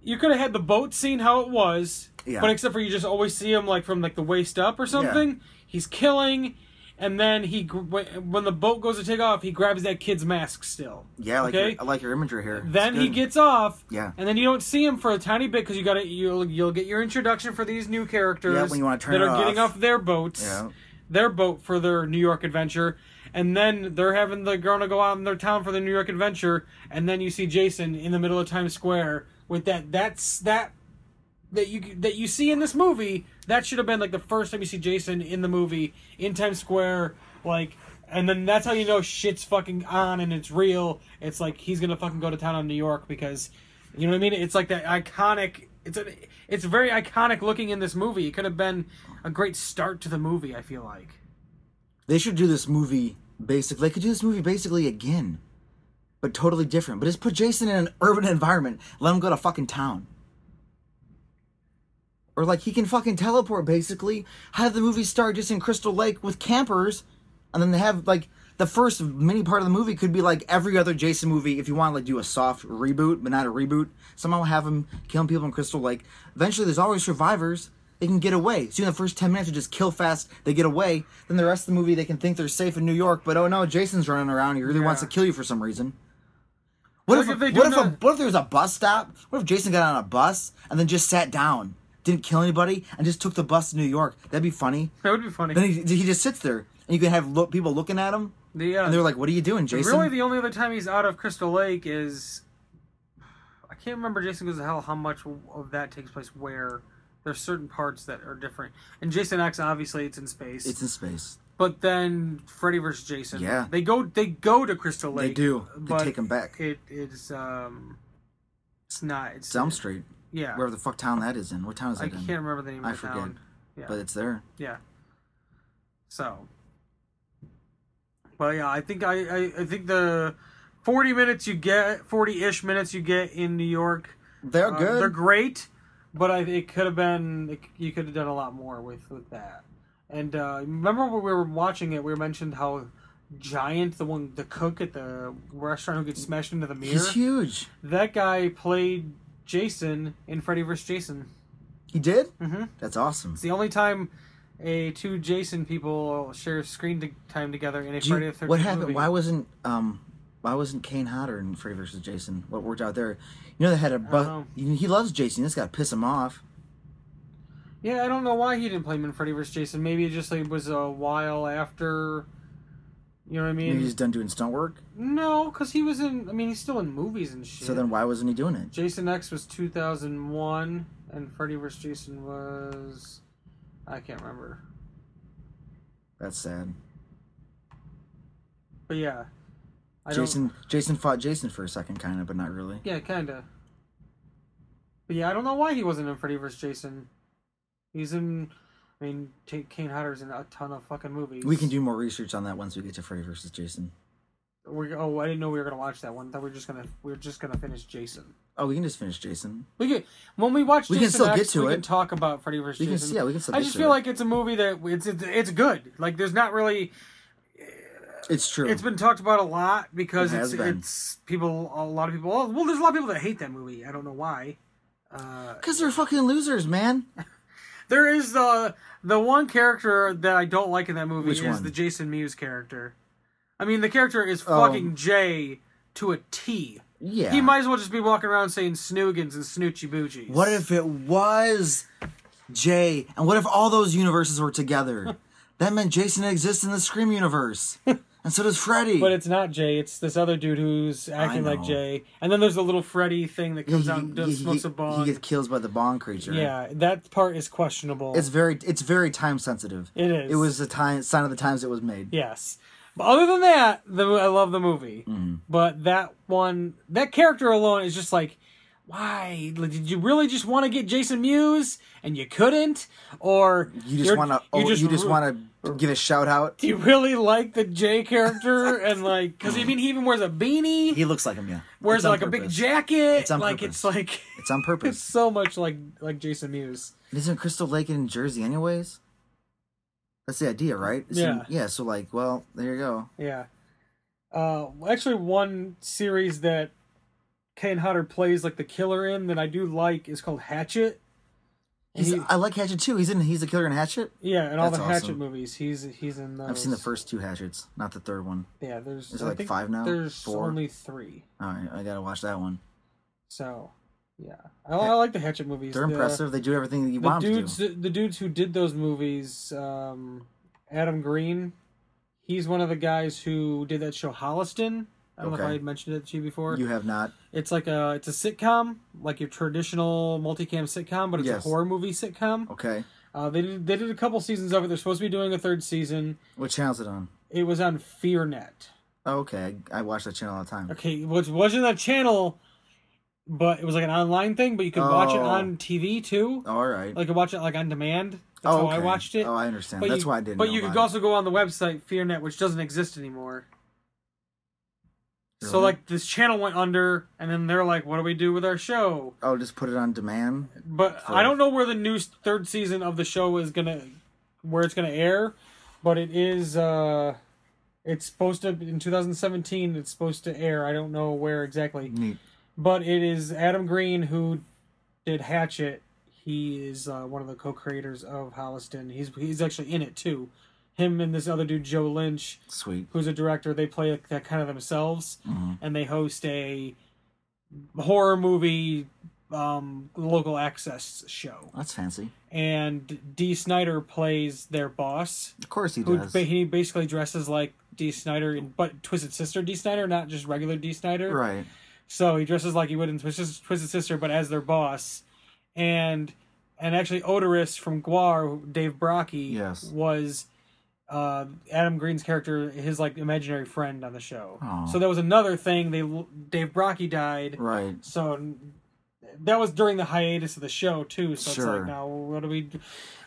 Speaker 1: you could have had the boat scene how it was,
Speaker 2: Yeah.
Speaker 1: but except for you just always see him like from like the waist up or something. He's killing, and then he gr- when when the boat goes to take off, he grabs that kid's mask still.
Speaker 2: Yeah, I like
Speaker 1: okay.
Speaker 2: your, I like your imagery here. It's
Speaker 1: then he
Speaker 2: good.
Speaker 1: gets off.
Speaker 2: Yeah.
Speaker 1: And then you don't see him for a tiny bit because you got to you'll you'll get your introduction for these new characters
Speaker 2: Yeah, when you wanna turn
Speaker 1: that
Speaker 2: it
Speaker 1: are getting
Speaker 2: off.
Speaker 1: off their boats,
Speaker 2: Yeah.
Speaker 1: their boat for their New York adventure. And then they're having the girl to go out in their town for the New York adventure, and then you see Jason in the middle of Times Square with that. That's that that you that you see in this movie. That should have been like the first time you see Jason in the movie in Times Square, like, and then that's how you know shit's fucking on and it's real. It's like he's gonna fucking go to town on New York because, you know what I mean? It's like that iconic. It's a it's very iconic looking in this movie. It could have been a great start to the movie. I feel like.
Speaker 2: They should do this movie basically. They could do this movie basically again, but totally different. But just put Jason in an urban environment. Let him go to fucking town. Or like he can fucking teleport basically. Have the movie start just in Crystal Lake with campers, and then they have like the first mini part of the movie could be like every other Jason movie. If you want to like do a soft reboot, but not a reboot, somehow have him killing people in Crystal Lake. Eventually, there's always survivors. They can get away. So in the first ten minutes, they just kill fast. They get away. Then the rest of the movie, they can think they're safe in New York, but oh no, Jason's running around. He really wants to
Speaker 1: Yeah.
Speaker 2: kill you for some reason. What
Speaker 1: Like
Speaker 2: if,
Speaker 1: if they do
Speaker 2: what if a,
Speaker 1: not-
Speaker 2: what if there was a bus stop? What if Jason got on a bus and then just sat down, didn't kill anybody, and just took the bus to New York? That'd be funny.
Speaker 1: That would be funny.
Speaker 2: Then he, he just sits there, and you can have look, people looking at him,
Speaker 1: the, uh,
Speaker 2: and they're like, "What are you doing, Jason?"
Speaker 1: Really, the only other time he's out of Crystal Lake is I can't remember Jason Goes to Hell how much of that takes place where. There's certain parts that are different. And Jason X, obviously, it's in space.
Speaker 2: it's in space.
Speaker 1: but then Freddy versus Jason.
Speaker 2: Yeah.
Speaker 1: they go. They go to Crystal Lake.
Speaker 2: They do. They
Speaker 1: but
Speaker 2: take him back.
Speaker 1: It is. Um, it's not. It's
Speaker 2: It's Elm Street,
Speaker 1: Yeah,
Speaker 2: wherever the fuck town that is in. What town is that
Speaker 1: I
Speaker 2: in?
Speaker 1: can't remember the name
Speaker 2: I
Speaker 1: of the
Speaker 2: forget.
Speaker 1: town. Yeah,
Speaker 2: But it's there.
Speaker 1: yeah. So, well, yeah, I think I, I, I think the forty minutes you get, forty ish minutes you get in New York,
Speaker 2: They're
Speaker 1: uh,
Speaker 2: good.
Speaker 1: they're great, but I it could have been it, you could have done a lot more with with that. And uh, remember when we were watching it, we mentioned how giant the one the cook at the restaurant who gets smashed into the mirror.
Speaker 2: He's huge.
Speaker 1: That guy played Jason in Freddy vs. Jason.
Speaker 2: He did.
Speaker 1: Mhm.
Speaker 2: That's awesome.
Speaker 1: It's the only time a two Jason people share screen t- time together in a
Speaker 2: Do you-
Speaker 1: Friday the Thirteenth
Speaker 2: what happened?
Speaker 1: movie.
Speaker 2: Why wasn't um why wasn't Kane hotter in Freddy vs. Jason? What worked out there? You know they had a
Speaker 1: don't know.
Speaker 2: bu- he loves Jason. This got to piss him off.
Speaker 1: Yeah, I don't know why he didn't play him in Freddy vs. Jason. Maybe it just like was a while after. You know what I
Speaker 2: Maybe
Speaker 1: mean?
Speaker 2: he's done doing stunt work.
Speaker 1: No, because he was in. I mean, he's still in movies and shit.
Speaker 2: So then why wasn't he doing it?
Speaker 1: Jason X was 2001, and Freddy vs. Jason was. I can't remember.
Speaker 2: That's sad.
Speaker 1: But yeah. I don't-
Speaker 2: Jason Jason fought Jason for a second, kind of, but not really.
Speaker 1: Yeah, kinda. But yeah, I don't know why he wasn't in Freddy vs. Jason. He's in. I mean, Ta- Kane Hodder's in a ton of fucking movies.
Speaker 2: We can do more research on that once we get to Freddy versus Jason.
Speaker 1: We, oh, I didn't know we were gonna watch that one. I thought we were just gonna we were just gonna finish Jason.
Speaker 2: Oh, we can just finish Jason.
Speaker 1: We can when we watch
Speaker 2: We can
Speaker 1: Jason
Speaker 2: still
Speaker 1: X,
Speaker 2: get to
Speaker 1: we
Speaker 2: it.
Speaker 1: can talk about Freddy vs.
Speaker 2: We can-
Speaker 1: Jason.
Speaker 2: yeah, we can still
Speaker 1: I
Speaker 2: get
Speaker 1: just
Speaker 2: to
Speaker 1: feel
Speaker 2: it.
Speaker 1: like it's a movie that it's it's, it's good. Like there's not really
Speaker 2: It's true.
Speaker 1: it's been talked about a lot because
Speaker 2: It
Speaker 1: it's
Speaker 2: has been.
Speaker 1: it's people a lot of people oh, well there's a lot of people that hate that movie. I don't know why.
Speaker 2: because they're fucking losers, man.
Speaker 1: There is the the one character that I don't like in that movie
Speaker 2: Which
Speaker 1: is
Speaker 2: one?
Speaker 1: the Jason Mewes character. I mean, the character is
Speaker 2: Oh.
Speaker 1: fucking Jay to a T.
Speaker 2: Yeah.
Speaker 1: He might as well just be walking around saying snoogans and snoochie boochies.
Speaker 2: What if it was Jay? And what if all those universes were together? that meant Jason exists in the Scream universe, and so does Freddy.
Speaker 1: But it's not Jay. It's this other dude who's acting like
Speaker 2: know.
Speaker 1: Jay. And then there's the little Freddy thing that comes out and does, smokes
Speaker 2: he,
Speaker 1: a bong.
Speaker 2: he gets killed by the bong creature.
Speaker 1: yeah, that part is questionable.
Speaker 2: It's very it's very time sensitive.
Speaker 1: It is.
Speaker 2: It was the time sign of the times it was made.
Speaker 1: Yes. But other than that, the I love the movie.
Speaker 2: Mm-hmm.
Speaker 1: But that one, that character alone is just like, why Like, did you really just want to get Jason Mewes and you couldn't, or
Speaker 2: You just want to oh, you just want to give a shout out.
Speaker 1: Do you really like the J character and like? Because I mean, he even wears a beanie,
Speaker 2: He looks like him, yeah.
Speaker 1: wears
Speaker 2: It's on
Speaker 1: like a big
Speaker 2: purpose.
Speaker 1: jacket.
Speaker 2: It's on
Speaker 1: like
Speaker 2: purpose.
Speaker 1: it's like
Speaker 2: It's on
Speaker 1: it's
Speaker 2: purpose.
Speaker 1: so much like like Jason Mewes.
Speaker 2: And Isn't Crystal Lake in Jersey anyways? That's the idea, right? It's in-
Speaker 1: Yeah.
Speaker 2: yeah. So like, well, there you go.
Speaker 1: Yeah. Uh, actually, one series that Kane Hodder plays like the killer in that I do like is called Hatchet. And
Speaker 2: He's,
Speaker 1: he-
Speaker 2: I like Hatchet too. He's in. He's the killer in Hatchet.
Speaker 1: yeah, and all the
Speaker 2: that's
Speaker 1: Hatchet
Speaker 2: awesome.
Speaker 1: movies. He's he's in those.
Speaker 2: I've seen the first two Hatchets, not the third one.
Speaker 1: Yeah, there's.
Speaker 2: Is it
Speaker 1: I
Speaker 2: like
Speaker 1: think
Speaker 2: five now?
Speaker 1: There's
Speaker 2: Four?
Speaker 1: only three.
Speaker 2: All right, I gotta watch that one.
Speaker 1: So, yeah, I, I like the Hatchet movies.
Speaker 2: They're
Speaker 1: The-
Speaker 2: impressive. They do everything that you
Speaker 1: The
Speaker 2: want them
Speaker 1: dudes,
Speaker 2: to do.
Speaker 1: the, dudes who did those movies, um, Adam Green, he's one of the guys who did that show Holliston. I don't know if
Speaker 2: Okay.
Speaker 1: I had mentioned it to you before.
Speaker 2: You have not.
Speaker 1: It's like a it's a sitcom, like your traditional multicam sitcom, but it's a
Speaker 2: Yes.
Speaker 1: horror movie sitcom.
Speaker 2: Okay.
Speaker 1: Uh, they did they did a couple seasons of it. They're supposed to be doing a third season.
Speaker 2: What channel's it on?
Speaker 1: It was on FearNet.
Speaker 2: Oh, okay, I, I watch that channel all the time.
Speaker 1: Okay, which wasn't a channel, but it was like an online thing. But you could watch it
Speaker 2: Oh.
Speaker 1: on TV too.
Speaker 2: All right.
Speaker 1: Like you could watch it like on demand. That's how
Speaker 2: oh,
Speaker 1: I
Speaker 2: okay.
Speaker 1: watched it.
Speaker 2: Oh, I understand. That's
Speaker 1: you,
Speaker 2: why I didn't.
Speaker 1: But
Speaker 2: know
Speaker 1: you could
Speaker 2: about
Speaker 1: also go on the website FearNet, which doesn't exist anymore.
Speaker 2: it.
Speaker 1: So
Speaker 2: Really?
Speaker 1: like this channel went under, and then they're like, "What do we do with our show?"
Speaker 2: oh, just put it on demand.
Speaker 1: But
Speaker 2: for-
Speaker 1: I don't know where the new s- third season of the show is gonna, where it's gonna air, but it is. uh It's supposed to in 2017. It's supposed to air. I don't know where exactly,
Speaker 2: Neat.
Speaker 1: but it is Adam Green who did Hatchet. He is uh, one of the co-creators of Holliston. He's he's actually in it too. Him and this other dude Joe Lynch,
Speaker 2: Sweet.
Speaker 1: who's a director, they play that kind of themselves,
Speaker 2: Mm-hmm.
Speaker 1: and they host a horror movie um, local access show.
Speaker 2: That's fancy.
Speaker 1: And D. Snyder plays their boss,
Speaker 2: Of course he
Speaker 1: who
Speaker 2: does.
Speaker 1: ba- he basically dresses like D. Snyder, in, but Twisted Sister D. Snyder, not just regular D. Snyder.
Speaker 2: Right.
Speaker 1: So he dresses like he would in Twisted, Twisted Sister, but as their boss. And and actually, Odorous from Guar, Dave Brocky,
Speaker 2: Yes.
Speaker 1: was uh, Adam Green's character, his like imaginary friend on the show.
Speaker 2: Aw.
Speaker 1: So that was another thing. They Dave Brocky died,
Speaker 2: Right.
Speaker 1: so that was during the hiatus of the show too. So it's
Speaker 2: Sure.
Speaker 1: like now, what do we? do?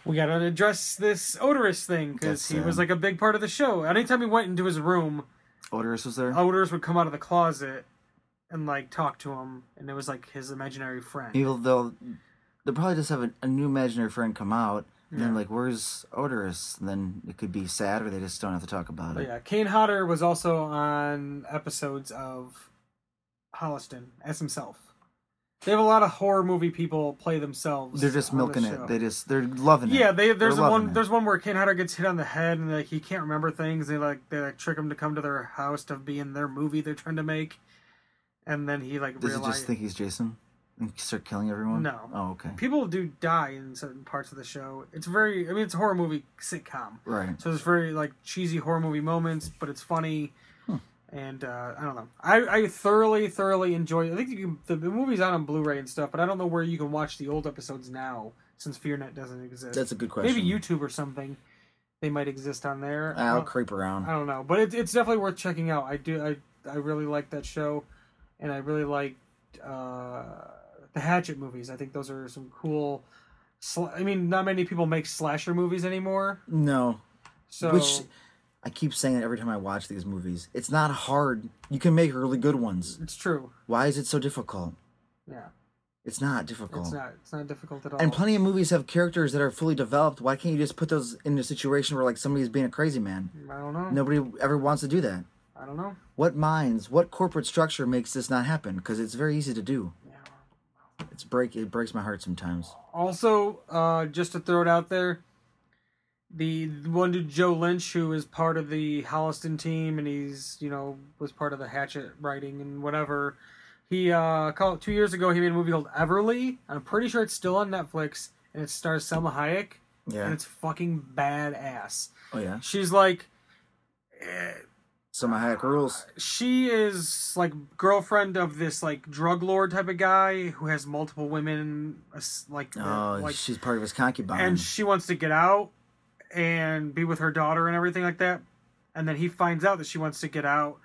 Speaker 1: We got to address this Odorous thing because
Speaker 2: That's
Speaker 1: he was
Speaker 2: sad.
Speaker 1: like a big part of the show. Anytime he went into his room,
Speaker 2: Odorous was there.
Speaker 1: Odors would come out of the closet and like talk to him, and it was like his imaginary friend.
Speaker 2: Maybe they'll they'll probably just have a, a new imaginary friend come out. And then like, where's Odorous? And then it could be sad, or they just don't have to talk about
Speaker 1: But
Speaker 2: it.
Speaker 1: Oh, yeah, Kane Hodder was also on episodes of Holliston as himself. They have a lot of horror movie people play themselves.
Speaker 2: They're just
Speaker 1: on the
Speaker 2: milking
Speaker 1: show.
Speaker 2: it. They just they're loving it.
Speaker 1: yeah, they, there's
Speaker 2: They're
Speaker 1: a
Speaker 2: loving
Speaker 1: one
Speaker 2: it.
Speaker 1: there's one where Kane Hodder gets hit on the head and like he can't remember things. They like they like trick him to come to their house to be in their movie they're trying to make, and then he like
Speaker 2: Does he
Speaker 1: realize
Speaker 2: just think he's Jason? and start killing everyone?
Speaker 1: No.
Speaker 2: Oh, okay.
Speaker 1: People do die in certain parts of the show. It's very, I mean, it's a horror movie sitcom.
Speaker 2: Right.
Speaker 1: So there's very like cheesy horror movie moments, but it's funny.
Speaker 2: Hmm.
Speaker 1: And uh, I don't know. I, I thoroughly, thoroughly enjoy. I think you can, the, the movie's out on Blu-ray and stuff, but I don't know where you can watch the old episodes now since FearNet doesn't exist.
Speaker 2: That's a good question.
Speaker 1: Maybe YouTube or something. They might exist on there. I
Speaker 2: I'll
Speaker 1: don't-
Speaker 2: creep around.
Speaker 1: I don't know, but it's it's definitely worth checking out. I do I I really like that show, and I really like uh, the Hatchet movies. I think those are some cool. Sl- I mean, not many people make slasher movies anymore,
Speaker 2: No.
Speaker 1: so
Speaker 2: Which I keep saying it every time I watch these movies. It's not hard. You can make really good ones.
Speaker 1: it's true.
Speaker 2: Why is it so difficult?
Speaker 1: Yeah,
Speaker 2: It's not difficult.
Speaker 1: it's not it's not difficult at all.
Speaker 2: And plenty of movies have characters that are fully developed. Why can't you just put those in a situation where like somebody's being a crazy man?
Speaker 1: I don't know.
Speaker 2: Nobody ever wants to do that.
Speaker 1: I don't know.
Speaker 2: What minds, what corporate structure makes this not happen? Because it's very easy to do.
Speaker 1: Yeah.
Speaker 2: It's break. It breaks my heart sometimes.
Speaker 1: Also, uh, just to throw it out there, the one dude Joe Lynch, who is part of the Holliston team, and he's you know was part of the Hatchet writing and whatever. He uh, called two years ago. He made a movie called Everly. I'm pretty sure it's still on Netflix, and it stars Selma Hayek,
Speaker 2: Yeah.
Speaker 1: and it's fucking badass.
Speaker 2: oh yeah.
Speaker 1: She's like
Speaker 2: So my hack rules.
Speaker 1: she is like girlfriend of this like drug lord type of guy who has multiple women as- like
Speaker 2: Oh,
Speaker 1: like
Speaker 2: she's part of his concubine.
Speaker 1: and she wants to get out and be with her daughter and everything like that. And then he finds out that she wants to get out,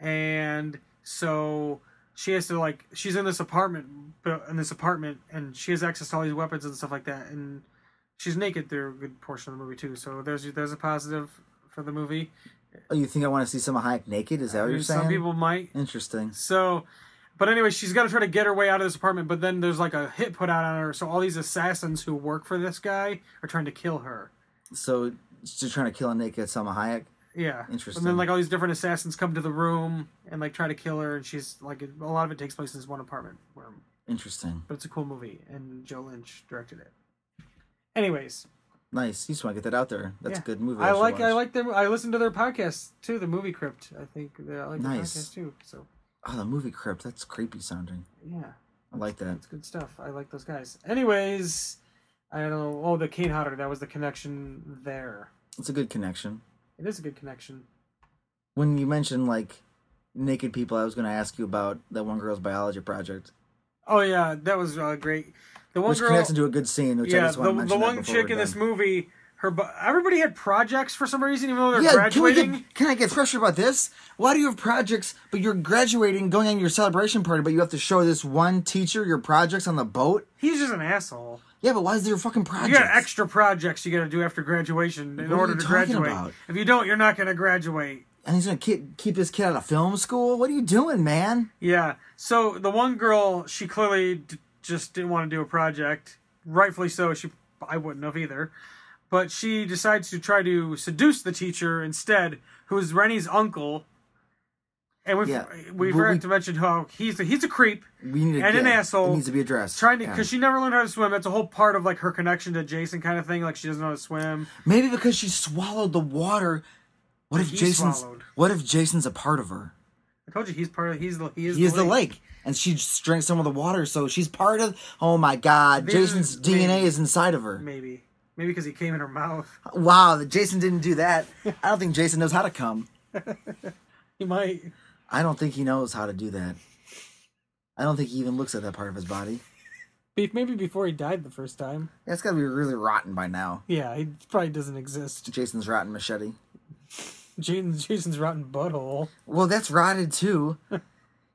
Speaker 1: and so she has to like she's in this apartment, but in this apartment, and she has access to all these weapons and stuff like that, and she's naked through a good portion of the movie too. So there's there's a positive for the movie.
Speaker 2: oh, you think I want to see Selma Hayek naked? Is that what you're saying?
Speaker 1: Some people might
Speaker 2: Interesting.
Speaker 1: so, but anyway, she's got to try to get her way out of this apartment. But then there's like a hit put out on her. So all these assassins who work for this guy are trying to kill her.
Speaker 2: So she's trying to kill a naked Selma Hayek.
Speaker 1: Yeah.
Speaker 2: Interesting.
Speaker 1: And then like all these different assassins come to the room and like try to kill her, and she's like a lot of it takes place in this one apartment room.
Speaker 2: Interesting.
Speaker 1: But it's a cool movie, and Joe Lynch directed it. Anyways,
Speaker 2: Nice. You just want to get that out there. That's
Speaker 1: yeah.
Speaker 2: a good movie.
Speaker 1: I
Speaker 2: should
Speaker 1: like I
Speaker 2: watch.
Speaker 1: like them. I listen to their podcast too, the Movie Crypt. I think they- I like
Speaker 2: Nice.
Speaker 1: the podcast too. So
Speaker 2: Oh, the movie crypt. That's creepy sounding.
Speaker 1: yeah.
Speaker 2: I like that.
Speaker 1: It's good stuff. I like those guys. Anyways, I don't know. Oh, the Kane Hodder. That was the connection there.
Speaker 2: It's a good connection.
Speaker 1: It is a good connection.
Speaker 2: When you mentioned like naked people, I was going to ask you about that one girl's biology project,
Speaker 1: Oh yeah, that was uh, great. The one
Speaker 2: which
Speaker 1: girl.
Speaker 2: connects into a good scene. Which I
Speaker 1: yeah,
Speaker 2: just want
Speaker 1: the,
Speaker 2: to mention
Speaker 1: the
Speaker 2: that
Speaker 1: one
Speaker 2: before
Speaker 1: chick
Speaker 2: we're
Speaker 1: in this
Speaker 2: done.
Speaker 1: movie. Her bu- everybody had projects for some reason, even though they're
Speaker 2: Yeah,
Speaker 1: graduating.
Speaker 2: can we get can I get fresher about this? Why do you have projects, but you're graduating, going on your celebration party, but you have to show this one teacher your projects on the boat?
Speaker 1: He's just an asshole.
Speaker 2: Yeah, but why is there a fucking
Speaker 1: You
Speaker 2: project?
Speaker 1: got extra projects you got to do after graduation in
Speaker 2: What are
Speaker 1: order
Speaker 2: you
Speaker 1: to
Speaker 2: talking
Speaker 1: graduate.
Speaker 2: about?
Speaker 1: If you don't, you're not going to graduate.
Speaker 2: and he's gonna keep keep this kid out of film school. What are you doing, man?
Speaker 1: Yeah. So the one girl, she clearly d- just didn't want to do a project. Rightfully so. She, I wouldn't have either. But she decides to try to seduce the teacher instead, who is Rennie's uncle. And we
Speaker 2: Yeah.
Speaker 1: we
Speaker 2: We-
Speaker 1: forgot
Speaker 2: we-
Speaker 1: to mention how he's a, he's a creep.
Speaker 2: We need to
Speaker 1: And an
Speaker 2: get-
Speaker 1: asshole
Speaker 2: It needs to be addressed.
Speaker 1: Trying to,
Speaker 2: Yeah.
Speaker 1: because she never learned how to swim. That's a whole part of like her connection to Jason, kind of thing. Like she doesn't know how to swim.
Speaker 2: Maybe because she swallowed the water. What if
Speaker 1: He
Speaker 2: Jason's?
Speaker 1: swallowed.
Speaker 2: What if Jason's a part of her?
Speaker 1: I told you he's part of. He's the he is,
Speaker 2: He is
Speaker 1: the
Speaker 2: the lake, and she just drank some of the water, so she's part of. Oh my God!
Speaker 1: Maybe-
Speaker 2: Jason's
Speaker 1: maybe-
Speaker 2: DNA is inside of her.
Speaker 1: Maybe maybe because he came in her mouth.
Speaker 2: Wow, that Jason didn't do that. I don't think Jason knows how to come.
Speaker 1: He might.
Speaker 2: I don't think he knows how to do that. I don't think he even looks at that part of his body.
Speaker 1: Be- Maybe before he died the first time.
Speaker 2: That's got to be really rotten by now.
Speaker 1: Yeah, he probably doesn't exist.
Speaker 2: Jason's rotten machete.
Speaker 1: Jason, Jason's rotten butthole.
Speaker 2: Well, that's rotted too.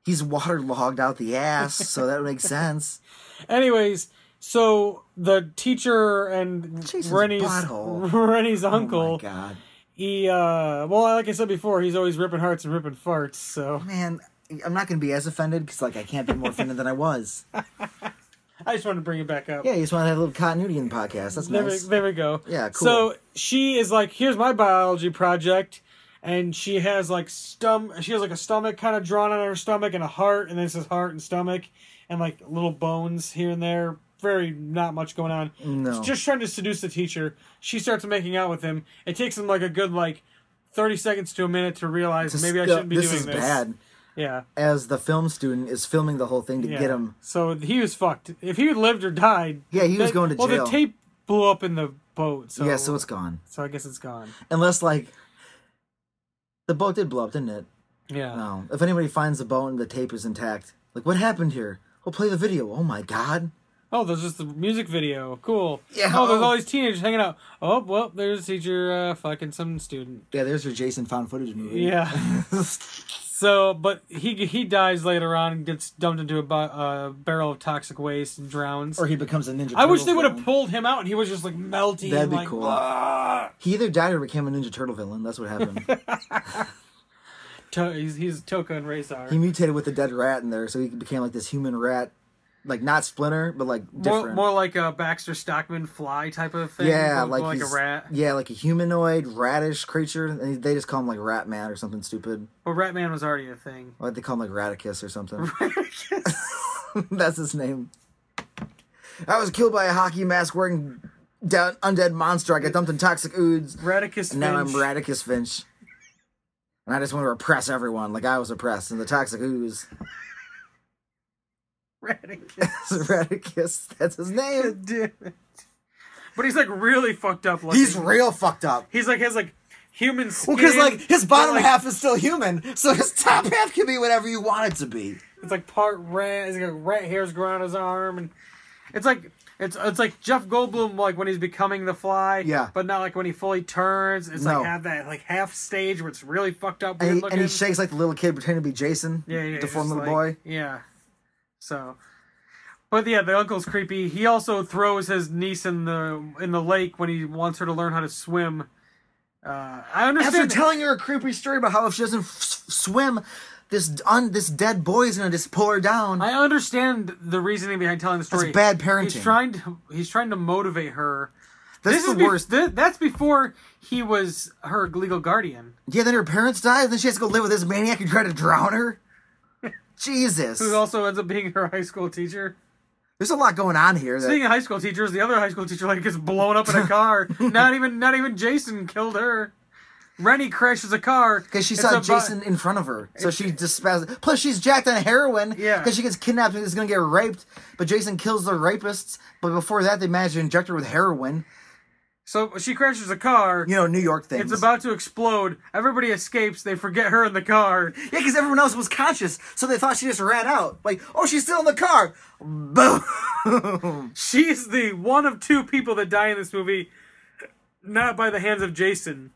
Speaker 2: He's waterlogged out the ass, so that makes sense.
Speaker 1: Anyways, so the teacher and
Speaker 2: Jason's
Speaker 1: Rennie's
Speaker 2: butthole.
Speaker 1: Rennie's
Speaker 2: Oh
Speaker 1: uncle.
Speaker 2: my God,
Speaker 1: he uh, well, like I said before, he's always ripping hearts and ripping farts. So
Speaker 2: man, I'm not gonna be as offended because like I can't be more offended than I was.
Speaker 1: I just wanted to bring it back up.
Speaker 2: Yeah, you just want to have a little continuity in the podcast. That's
Speaker 1: there, we-
Speaker 2: nice.
Speaker 1: there we go.
Speaker 2: Yeah, cool.
Speaker 1: So she is like, here's my biology project, and she has like stum, she has like a stomach kind of drawn on her stomach and a heart, and then it says heart and stomach, and like little bones here and there. Very not much going on.
Speaker 2: No.
Speaker 1: She's just trying to seduce the teacher. She starts making out with him. It takes him like a good like thirty seconds to a minute to realize maybe I shouldn't be
Speaker 2: this
Speaker 1: doing
Speaker 2: is
Speaker 1: this.
Speaker 2: bad.
Speaker 1: Yeah.
Speaker 2: as the film student is filming the whole thing to
Speaker 1: yeah.
Speaker 2: get him.
Speaker 1: So he was fucked. If he lived or died.
Speaker 2: Yeah, he was
Speaker 1: that-
Speaker 2: going to
Speaker 1: well,
Speaker 2: jail.
Speaker 1: the tape blew up in the boat. So
Speaker 2: yeah, so it's gone.
Speaker 1: so I guess it's gone.
Speaker 2: Unless like the boat did blow up, didn't it?
Speaker 1: Yeah.
Speaker 2: No. If anybody finds the boat and the tape is intact, like what happened here? We'll play the video. Oh my god.
Speaker 1: Oh, there's just the music video. Cool.
Speaker 2: Yeah.
Speaker 1: Oh, there's all these teenagers hanging out. Oh, well, there's a teacher uh, fucking some student.
Speaker 2: Yeah, there's your Jason found footage movie.
Speaker 1: Yeah. so, but he he dies later on and gets dumped into a bu- uh, barrel of toxic waste and drowns.
Speaker 2: or he becomes a ninja.
Speaker 1: I wish
Speaker 2: Turtle
Speaker 1: they would have
Speaker 2: villain.
Speaker 1: pulled him out and he was just like melting.
Speaker 2: That'd be
Speaker 1: like,
Speaker 2: cool.
Speaker 1: "Ah!"
Speaker 2: He either died or became a Ninja Turtle villain. That's what happened.
Speaker 1: To- he's, he's Toka and Razor.
Speaker 2: he mutated with the dead rat in there, so he became like this human rat, like not Splinter, but like
Speaker 1: More,
Speaker 2: different.
Speaker 1: more like a Baxter Stockman fly type of thing.
Speaker 2: yeah,
Speaker 1: but
Speaker 2: like,
Speaker 1: more like a
Speaker 2: he's-
Speaker 1: rat.
Speaker 2: Yeah, like a humanoid ratish creature, and they just call him like Rat Man or something stupid.
Speaker 1: But Ratman was already a thing.
Speaker 2: Like they call him like Raticus or something. That's his name. I was killed by a hockey mask wearing down undead monster. I got dumped in toxic ooze.
Speaker 1: Radicus
Speaker 2: And now I'm
Speaker 1: Finch.
Speaker 2: Radicus Finch. And I just want to repress everyone like I was oppressed in the toxic ooze.
Speaker 1: Radicus.
Speaker 2: Radicus, that's his name.
Speaker 1: Damn it. But he's like really fucked up looking.
Speaker 2: He's real fucked up.
Speaker 1: He's like has like human skin.
Speaker 2: Well, because like his
Speaker 1: but,
Speaker 2: bottom
Speaker 1: like,
Speaker 2: half is still human, so his top half can be whatever you want it to be.
Speaker 1: It's like part rat. He's got rat hairs growing on his arm, and it's like it's it's like Jeff Goldblum like when he's becoming the Fly.
Speaker 2: Yeah.
Speaker 1: But not like when he fully turns. It's
Speaker 2: No.
Speaker 1: like have that like half stage where it's really fucked up. Weird
Speaker 2: And he,
Speaker 1: looking.
Speaker 2: and he shakes like the little kid pretending to be Jason,
Speaker 1: yeah, yeah. it's
Speaker 2: deformed
Speaker 1: just
Speaker 2: little boy.
Speaker 1: like- Yeah. So. But yeah, the uncle's creepy. He also throws his niece in the in the lake when he wants her to learn how to swim. Uh, I understand.
Speaker 2: After telling her a creepy story about how if she doesn't f- s- swim, this un- this dead boy is gonna just pull her down.
Speaker 1: I understand the reasoning behind telling the story.
Speaker 2: bad parenting.
Speaker 1: He's trying to he's trying to motivate her.
Speaker 2: That's
Speaker 1: this
Speaker 2: the
Speaker 1: is bef-
Speaker 2: worst.
Speaker 1: thi- that's before he was her legal guardian,
Speaker 2: yeah, then her parents die, and then she has to go live with this maniac who tried to drown her. Jesus,
Speaker 1: who also ends up being her high school teacher.
Speaker 2: there's a lot going on here. That,
Speaker 1: Being a high school teacher, is the other high school teacher like gets blown up in a car. not even not even Jason killed her. Rennie crashes a car
Speaker 2: Because she
Speaker 1: It's
Speaker 2: saw
Speaker 1: a bu-
Speaker 2: Jason in front of her, so she just spazzed. Plus, she's jacked on heroin.
Speaker 1: Yeah.
Speaker 2: Because she gets kidnapped and is gonna get raped, but Jason kills the rapists. But before that, they manage to inject her with heroin.
Speaker 1: so she crashes a car.
Speaker 2: You know, New York things.
Speaker 1: It's about to explode. Everybody escapes. They forget her in the car.
Speaker 2: yeah, because everyone else was conscious, so they thought she just ran out. Like, oh, she's still in the car. Boom.
Speaker 1: She's the one of two people that die in this movie, not by the hands of Jason.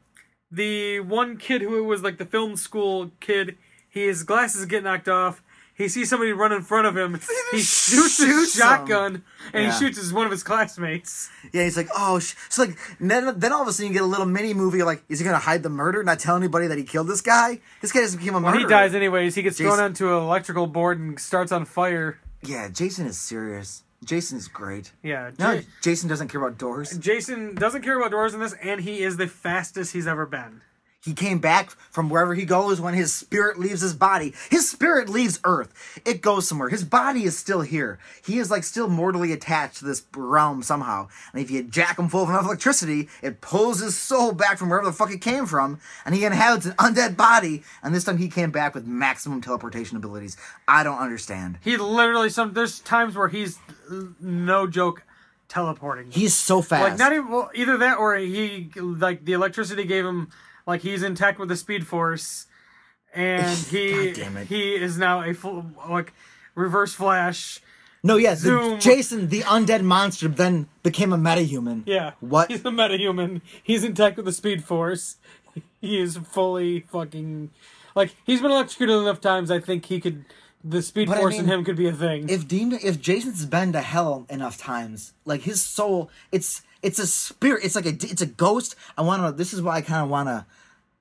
Speaker 1: The one kid who was like the film school kid, his glasses get knocked off. He sees somebody run in front of him. He shoots,
Speaker 2: Shoots
Speaker 1: his
Speaker 2: him.
Speaker 1: shotgun and
Speaker 2: Yeah.
Speaker 1: he shoots his, one of his classmates.
Speaker 2: yeah, he's like, oh, sh-. so like then, then all of a sudden you get a little mini movie. Like, is he gonna hide the murder? Not tell anybody that he killed this guy? This guy just became a murderer.
Speaker 1: He dies anyways. He gets thrown
Speaker 2: Jason-
Speaker 1: onto an electrical board and starts on fire.
Speaker 2: Yeah, Jason is serious. Jason is great.
Speaker 1: Yeah.
Speaker 2: No,
Speaker 1: J-
Speaker 2: Jason doesn't care about doors.
Speaker 1: Jason doesn't care about doors in this, and he is the fastest he's ever been.
Speaker 2: He came back from wherever he goes when his spirit leaves his body. His spirit leaves Earth. It goes somewhere. His body is still here. He is like still mortally attached to this realm somehow. And if you jack him full of enough electricity, it pulls his soul back from wherever the fuck it came from, and he inhabits an undead body. And this time he came back with maximum teleportation abilities. I don't understand.
Speaker 1: He literally some. There's times where he's uh, no joke teleporting.
Speaker 2: He's so fast.
Speaker 1: Like not even well, either that or he like the electricity gave him like he's intact with the speed force, and he
Speaker 2: God damn it.
Speaker 1: he is now a full like reverse flash.
Speaker 2: no, yeah, the-
Speaker 1: Zoom.
Speaker 2: Jason, the undead monster, then became a metahuman.
Speaker 1: Yeah,
Speaker 2: What?
Speaker 1: He's a metahuman. He's intact with the speed force. He is fully fucking like he's been electrocuted enough times. I think he could the speed
Speaker 2: But I
Speaker 1: force in
Speaker 2: mean,
Speaker 1: him could be a thing.
Speaker 2: if deemed if Jason's been to hell enough times, like his soul, it's it's a spirit, it's like a d- it's a ghost. I want to. This is why I kind of want to.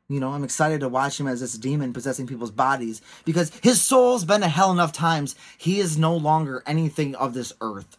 Speaker 2: You know, I'm excited to watch him as this demon possessing people's bodies because his soul's been to hell enough times. He is no longer anything of this earth.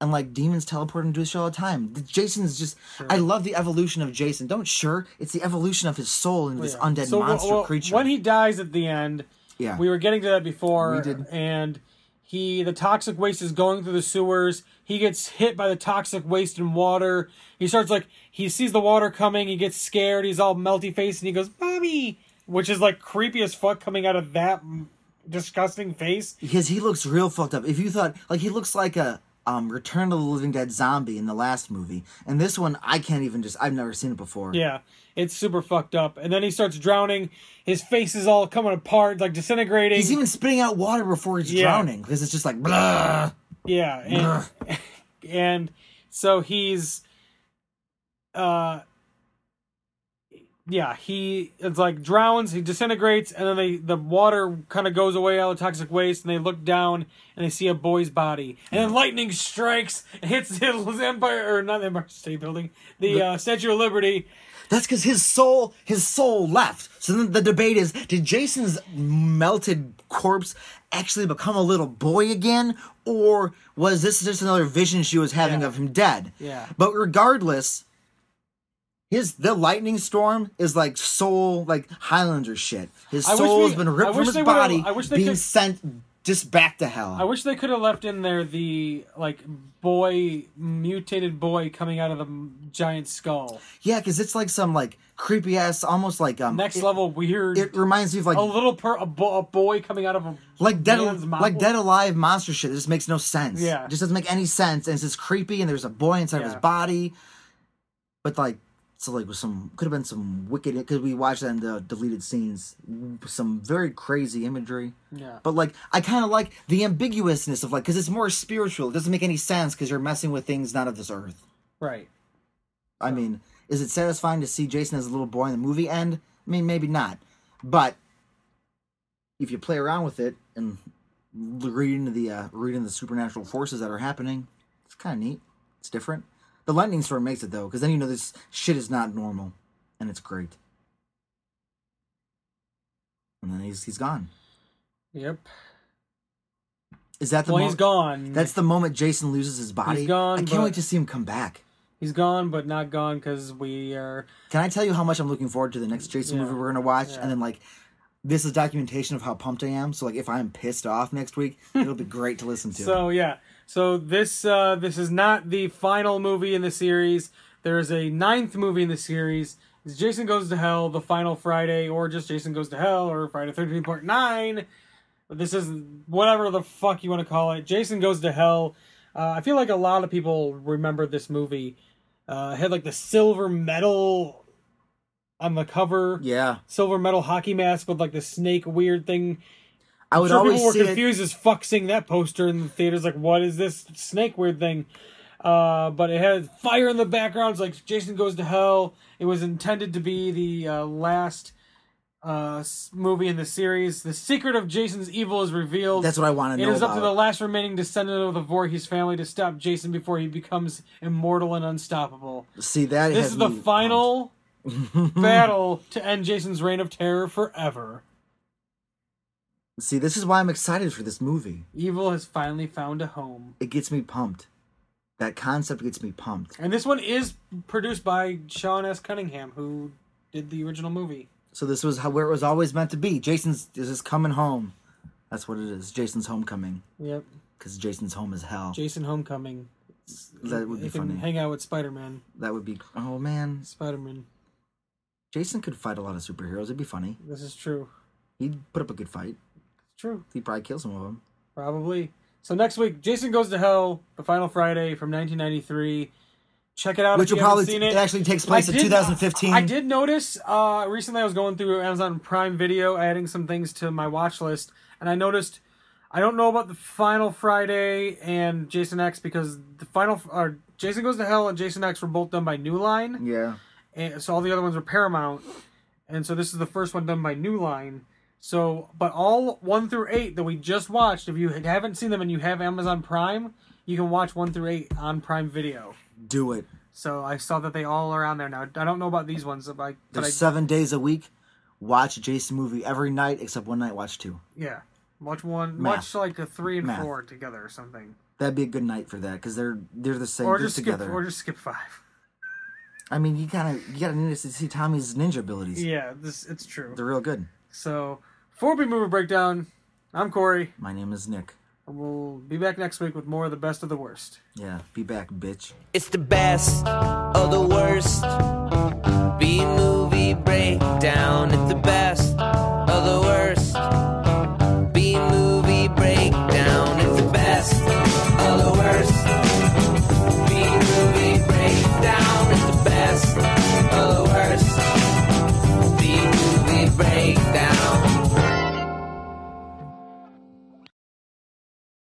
Speaker 2: And like demons teleport into his shell all the time. The- Jason's just. I love the evolution of Jason. Don't sure. It's the evolution of his soul into this undead
Speaker 1: Oh, So, well,
Speaker 2: monster
Speaker 1: well,
Speaker 2: creature.
Speaker 1: When he dies at the end,
Speaker 2: Yeah.
Speaker 1: we were getting to that before.
Speaker 2: We did.
Speaker 1: And he, the toxic waste is going through the sewers. He gets hit by the toxic waste and water. He starts like he sees the water coming. He gets scared. He's all melty face, and he goes, "Mommy, which is like creepy as fuck coming out of that m- disgusting face.
Speaker 2: Because he looks real fucked up. If you thought like he looks like a um Return of the Living Dead zombie in the last movie, and this one I can't even just I've never seen it before.
Speaker 1: Yeah, it's super fucked up. And then he starts drowning. His face is all coming apart, like disintegrating.
Speaker 2: He's even spitting out water before he's
Speaker 1: Yeah.
Speaker 2: drowning because it's just like blah.
Speaker 1: yeah, and and so he's, uh, yeah, he it's like drowns. He disintegrates, and then they the water kind of goes away, all the toxic waste, and they look down and they see a boy's body, and
Speaker 2: Mm.
Speaker 1: then lightning strikes, and hits the Empire or not the Empire State Building, the uh, Statue of Liberty.
Speaker 2: That's because his soul, his soul left. So then the debate is: Did Jason's melted corpse actually become a little boy again, or was this just another vision she was having
Speaker 1: Yeah.
Speaker 2: of him dead?
Speaker 1: Yeah.
Speaker 2: But regardless, his the lightning storm is like soul, like Highlander shit. His
Speaker 1: I wish
Speaker 2: soul
Speaker 1: we-
Speaker 2: has been
Speaker 1: I
Speaker 2: ripped from
Speaker 1: wish
Speaker 2: his
Speaker 1: they would've-
Speaker 2: body,
Speaker 1: I wish they
Speaker 2: being
Speaker 1: could-
Speaker 2: sent just back to hell.
Speaker 1: I wish they could have left in there the like boy mutated boy coming out of the m- giant skull.
Speaker 2: yeah, because it's like some like creepy ass, almost like um.
Speaker 1: Next
Speaker 2: it,
Speaker 1: level Oh, weird.
Speaker 2: It reminds me of like
Speaker 1: a little per a, bo- a boy coming out of a
Speaker 2: like dead
Speaker 1: man's mouth.
Speaker 2: like dead alive monster shit it just makes no sense
Speaker 1: Yeah.
Speaker 2: it just doesn't make any sense and it's just creepy and there's a boy inside of his
Speaker 1: Yeah.
Speaker 2: body but like so like with some could have been some wicked because we watched that in the deleted scenes some very crazy imagery
Speaker 1: Yeah.
Speaker 2: but like i kind of like the ambiguousness of like because it's more spiritual it doesn't make any sense because you're messing with things not of this earth
Speaker 1: right.
Speaker 2: I mean, is it satisfying to see Jason as a little boy in the movie end? I mean, maybe not. But if you play around with it and l- read into the uh, read into the supernatural forces that are happening, it's kind of neat. It's different. The lightning storm makes it though, because then you know this shit is not normal, and it's great. And then he's he's gone.
Speaker 1: Yep.
Speaker 2: Is that the
Speaker 1: Well,
Speaker 2: mo-
Speaker 1: he's gone.
Speaker 2: That's the moment Jason loses his body.
Speaker 1: He's gone,
Speaker 2: I can't
Speaker 1: but-
Speaker 2: wait to see him come back.
Speaker 1: he's gone, but not gone because we are.
Speaker 2: Can I tell you how much I'm looking forward to the next Jason movie we're gonna watch? And then like this is documentation of how pumped I am. So like if I'm pissed off next week, it'll be great to listen to.
Speaker 1: So yeah. So this uh, this is not the final movie in the series. There is a ninth movie in the series. It's Jason Goes to Hell, the final Friday, or just Jason Goes to Hell, or Friday Thirteen Part Nine. This is whatever the fuck you want to call it. Jason Goes to Hell. Uh, I feel like a lot of people remember this movie. Uh, it had like the silver medal on the cover.
Speaker 2: yeah.
Speaker 1: silver metal hockey mask with like the snake weird thing.
Speaker 2: I would
Speaker 1: Sure,
Speaker 2: always
Speaker 1: people were
Speaker 2: see it-
Speaker 1: confused as fuck seeing that poster in the theaters. Like, what is this snake weird thing? Uh, but it had fire in the background. It's like Jason goes to hell. It was intended to be the uh, last uh, s- movie in the series. The secret of Jason's evil is revealed.
Speaker 2: That's what I want to
Speaker 1: It
Speaker 2: know
Speaker 1: is up to the
Speaker 2: about.
Speaker 1: last remaining descendant of the Voorhees family to stop Jason before he becomes immortal and unstoppable.
Speaker 2: see that
Speaker 1: This
Speaker 2: has
Speaker 1: is the
Speaker 2: me pumped.
Speaker 1: final battle to end Jason's reign of terror forever.
Speaker 2: See, this is why I'm excited for this movie.
Speaker 1: Evil has finally found a home.
Speaker 2: It gets me pumped. That concept gets me pumped.
Speaker 1: And this one is produced by Sean S. Cunningham, who did the original movie.
Speaker 2: So this was how where it was always meant to be. Jason's is his coming home. That's what it is. Jason's homecoming.
Speaker 1: Yep.
Speaker 2: Because Jason's home is hell.
Speaker 1: Jason Homecoming.
Speaker 2: that would be
Speaker 1: He can
Speaker 2: funny.
Speaker 1: hang out with Spider Man.
Speaker 2: that would be. Oh man,
Speaker 1: Spider Man.
Speaker 2: Jason could fight a lot of superheroes. It'd be funny.
Speaker 1: This is true.
Speaker 2: He'd put up a good fight.
Speaker 1: It's true.
Speaker 2: He'd probably kill some of them.
Speaker 1: Probably. So next week, Jason Goes to Hell, The Final Friday from 1993. Check it out
Speaker 2: Which
Speaker 1: if
Speaker 2: will
Speaker 1: you haven't
Speaker 2: probably
Speaker 1: seen
Speaker 2: it. actually takes place
Speaker 1: I
Speaker 2: in
Speaker 1: did-
Speaker 2: 2015.
Speaker 1: I did notice uh, recently I was going through Amazon Prime Video, adding some things to my watch list, and I noticed I don't know about the Final Friday and Jason X because the Final or Jason Goes to Hell and Jason X were both done by New Line,
Speaker 2: Yeah.
Speaker 1: and so all the other ones were Paramount, and so this is the first one done by New Line. So, but all one through eight that we just watched, if you haven't seen them and you have Amazon Prime, you can watch one through eight on Prime Video.
Speaker 2: Do it.
Speaker 1: So I saw that they all are on there now. I don't know about these ones, but I, but
Speaker 2: There's
Speaker 1: I
Speaker 2: seven days a week. Watch a Jason movie every night except one night. Watch two.
Speaker 1: yeah, watch one,
Speaker 2: Math.
Speaker 1: watch like a three and
Speaker 2: Math.
Speaker 1: four together or something,
Speaker 2: That'd be a good night for that because they're they're the same.
Speaker 1: or
Speaker 2: they're
Speaker 1: just skip,
Speaker 2: together.
Speaker 1: or just skip five.
Speaker 2: I mean, you kind of you gotta need to see Tommy's ninja abilities.
Speaker 1: Yeah, this it's true.
Speaker 2: They're real good.
Speaker 1: So for B movie breakdown, I'm Corey,
Speaker 2: My name is Nick.
Speaker 1: and we'll be back next week with more of the best of the worst.
Speaker 2: Yeah. Be back, bitch.
Speaker 3: It's the best of the worst. B movie breakdown. It's the best of the worst.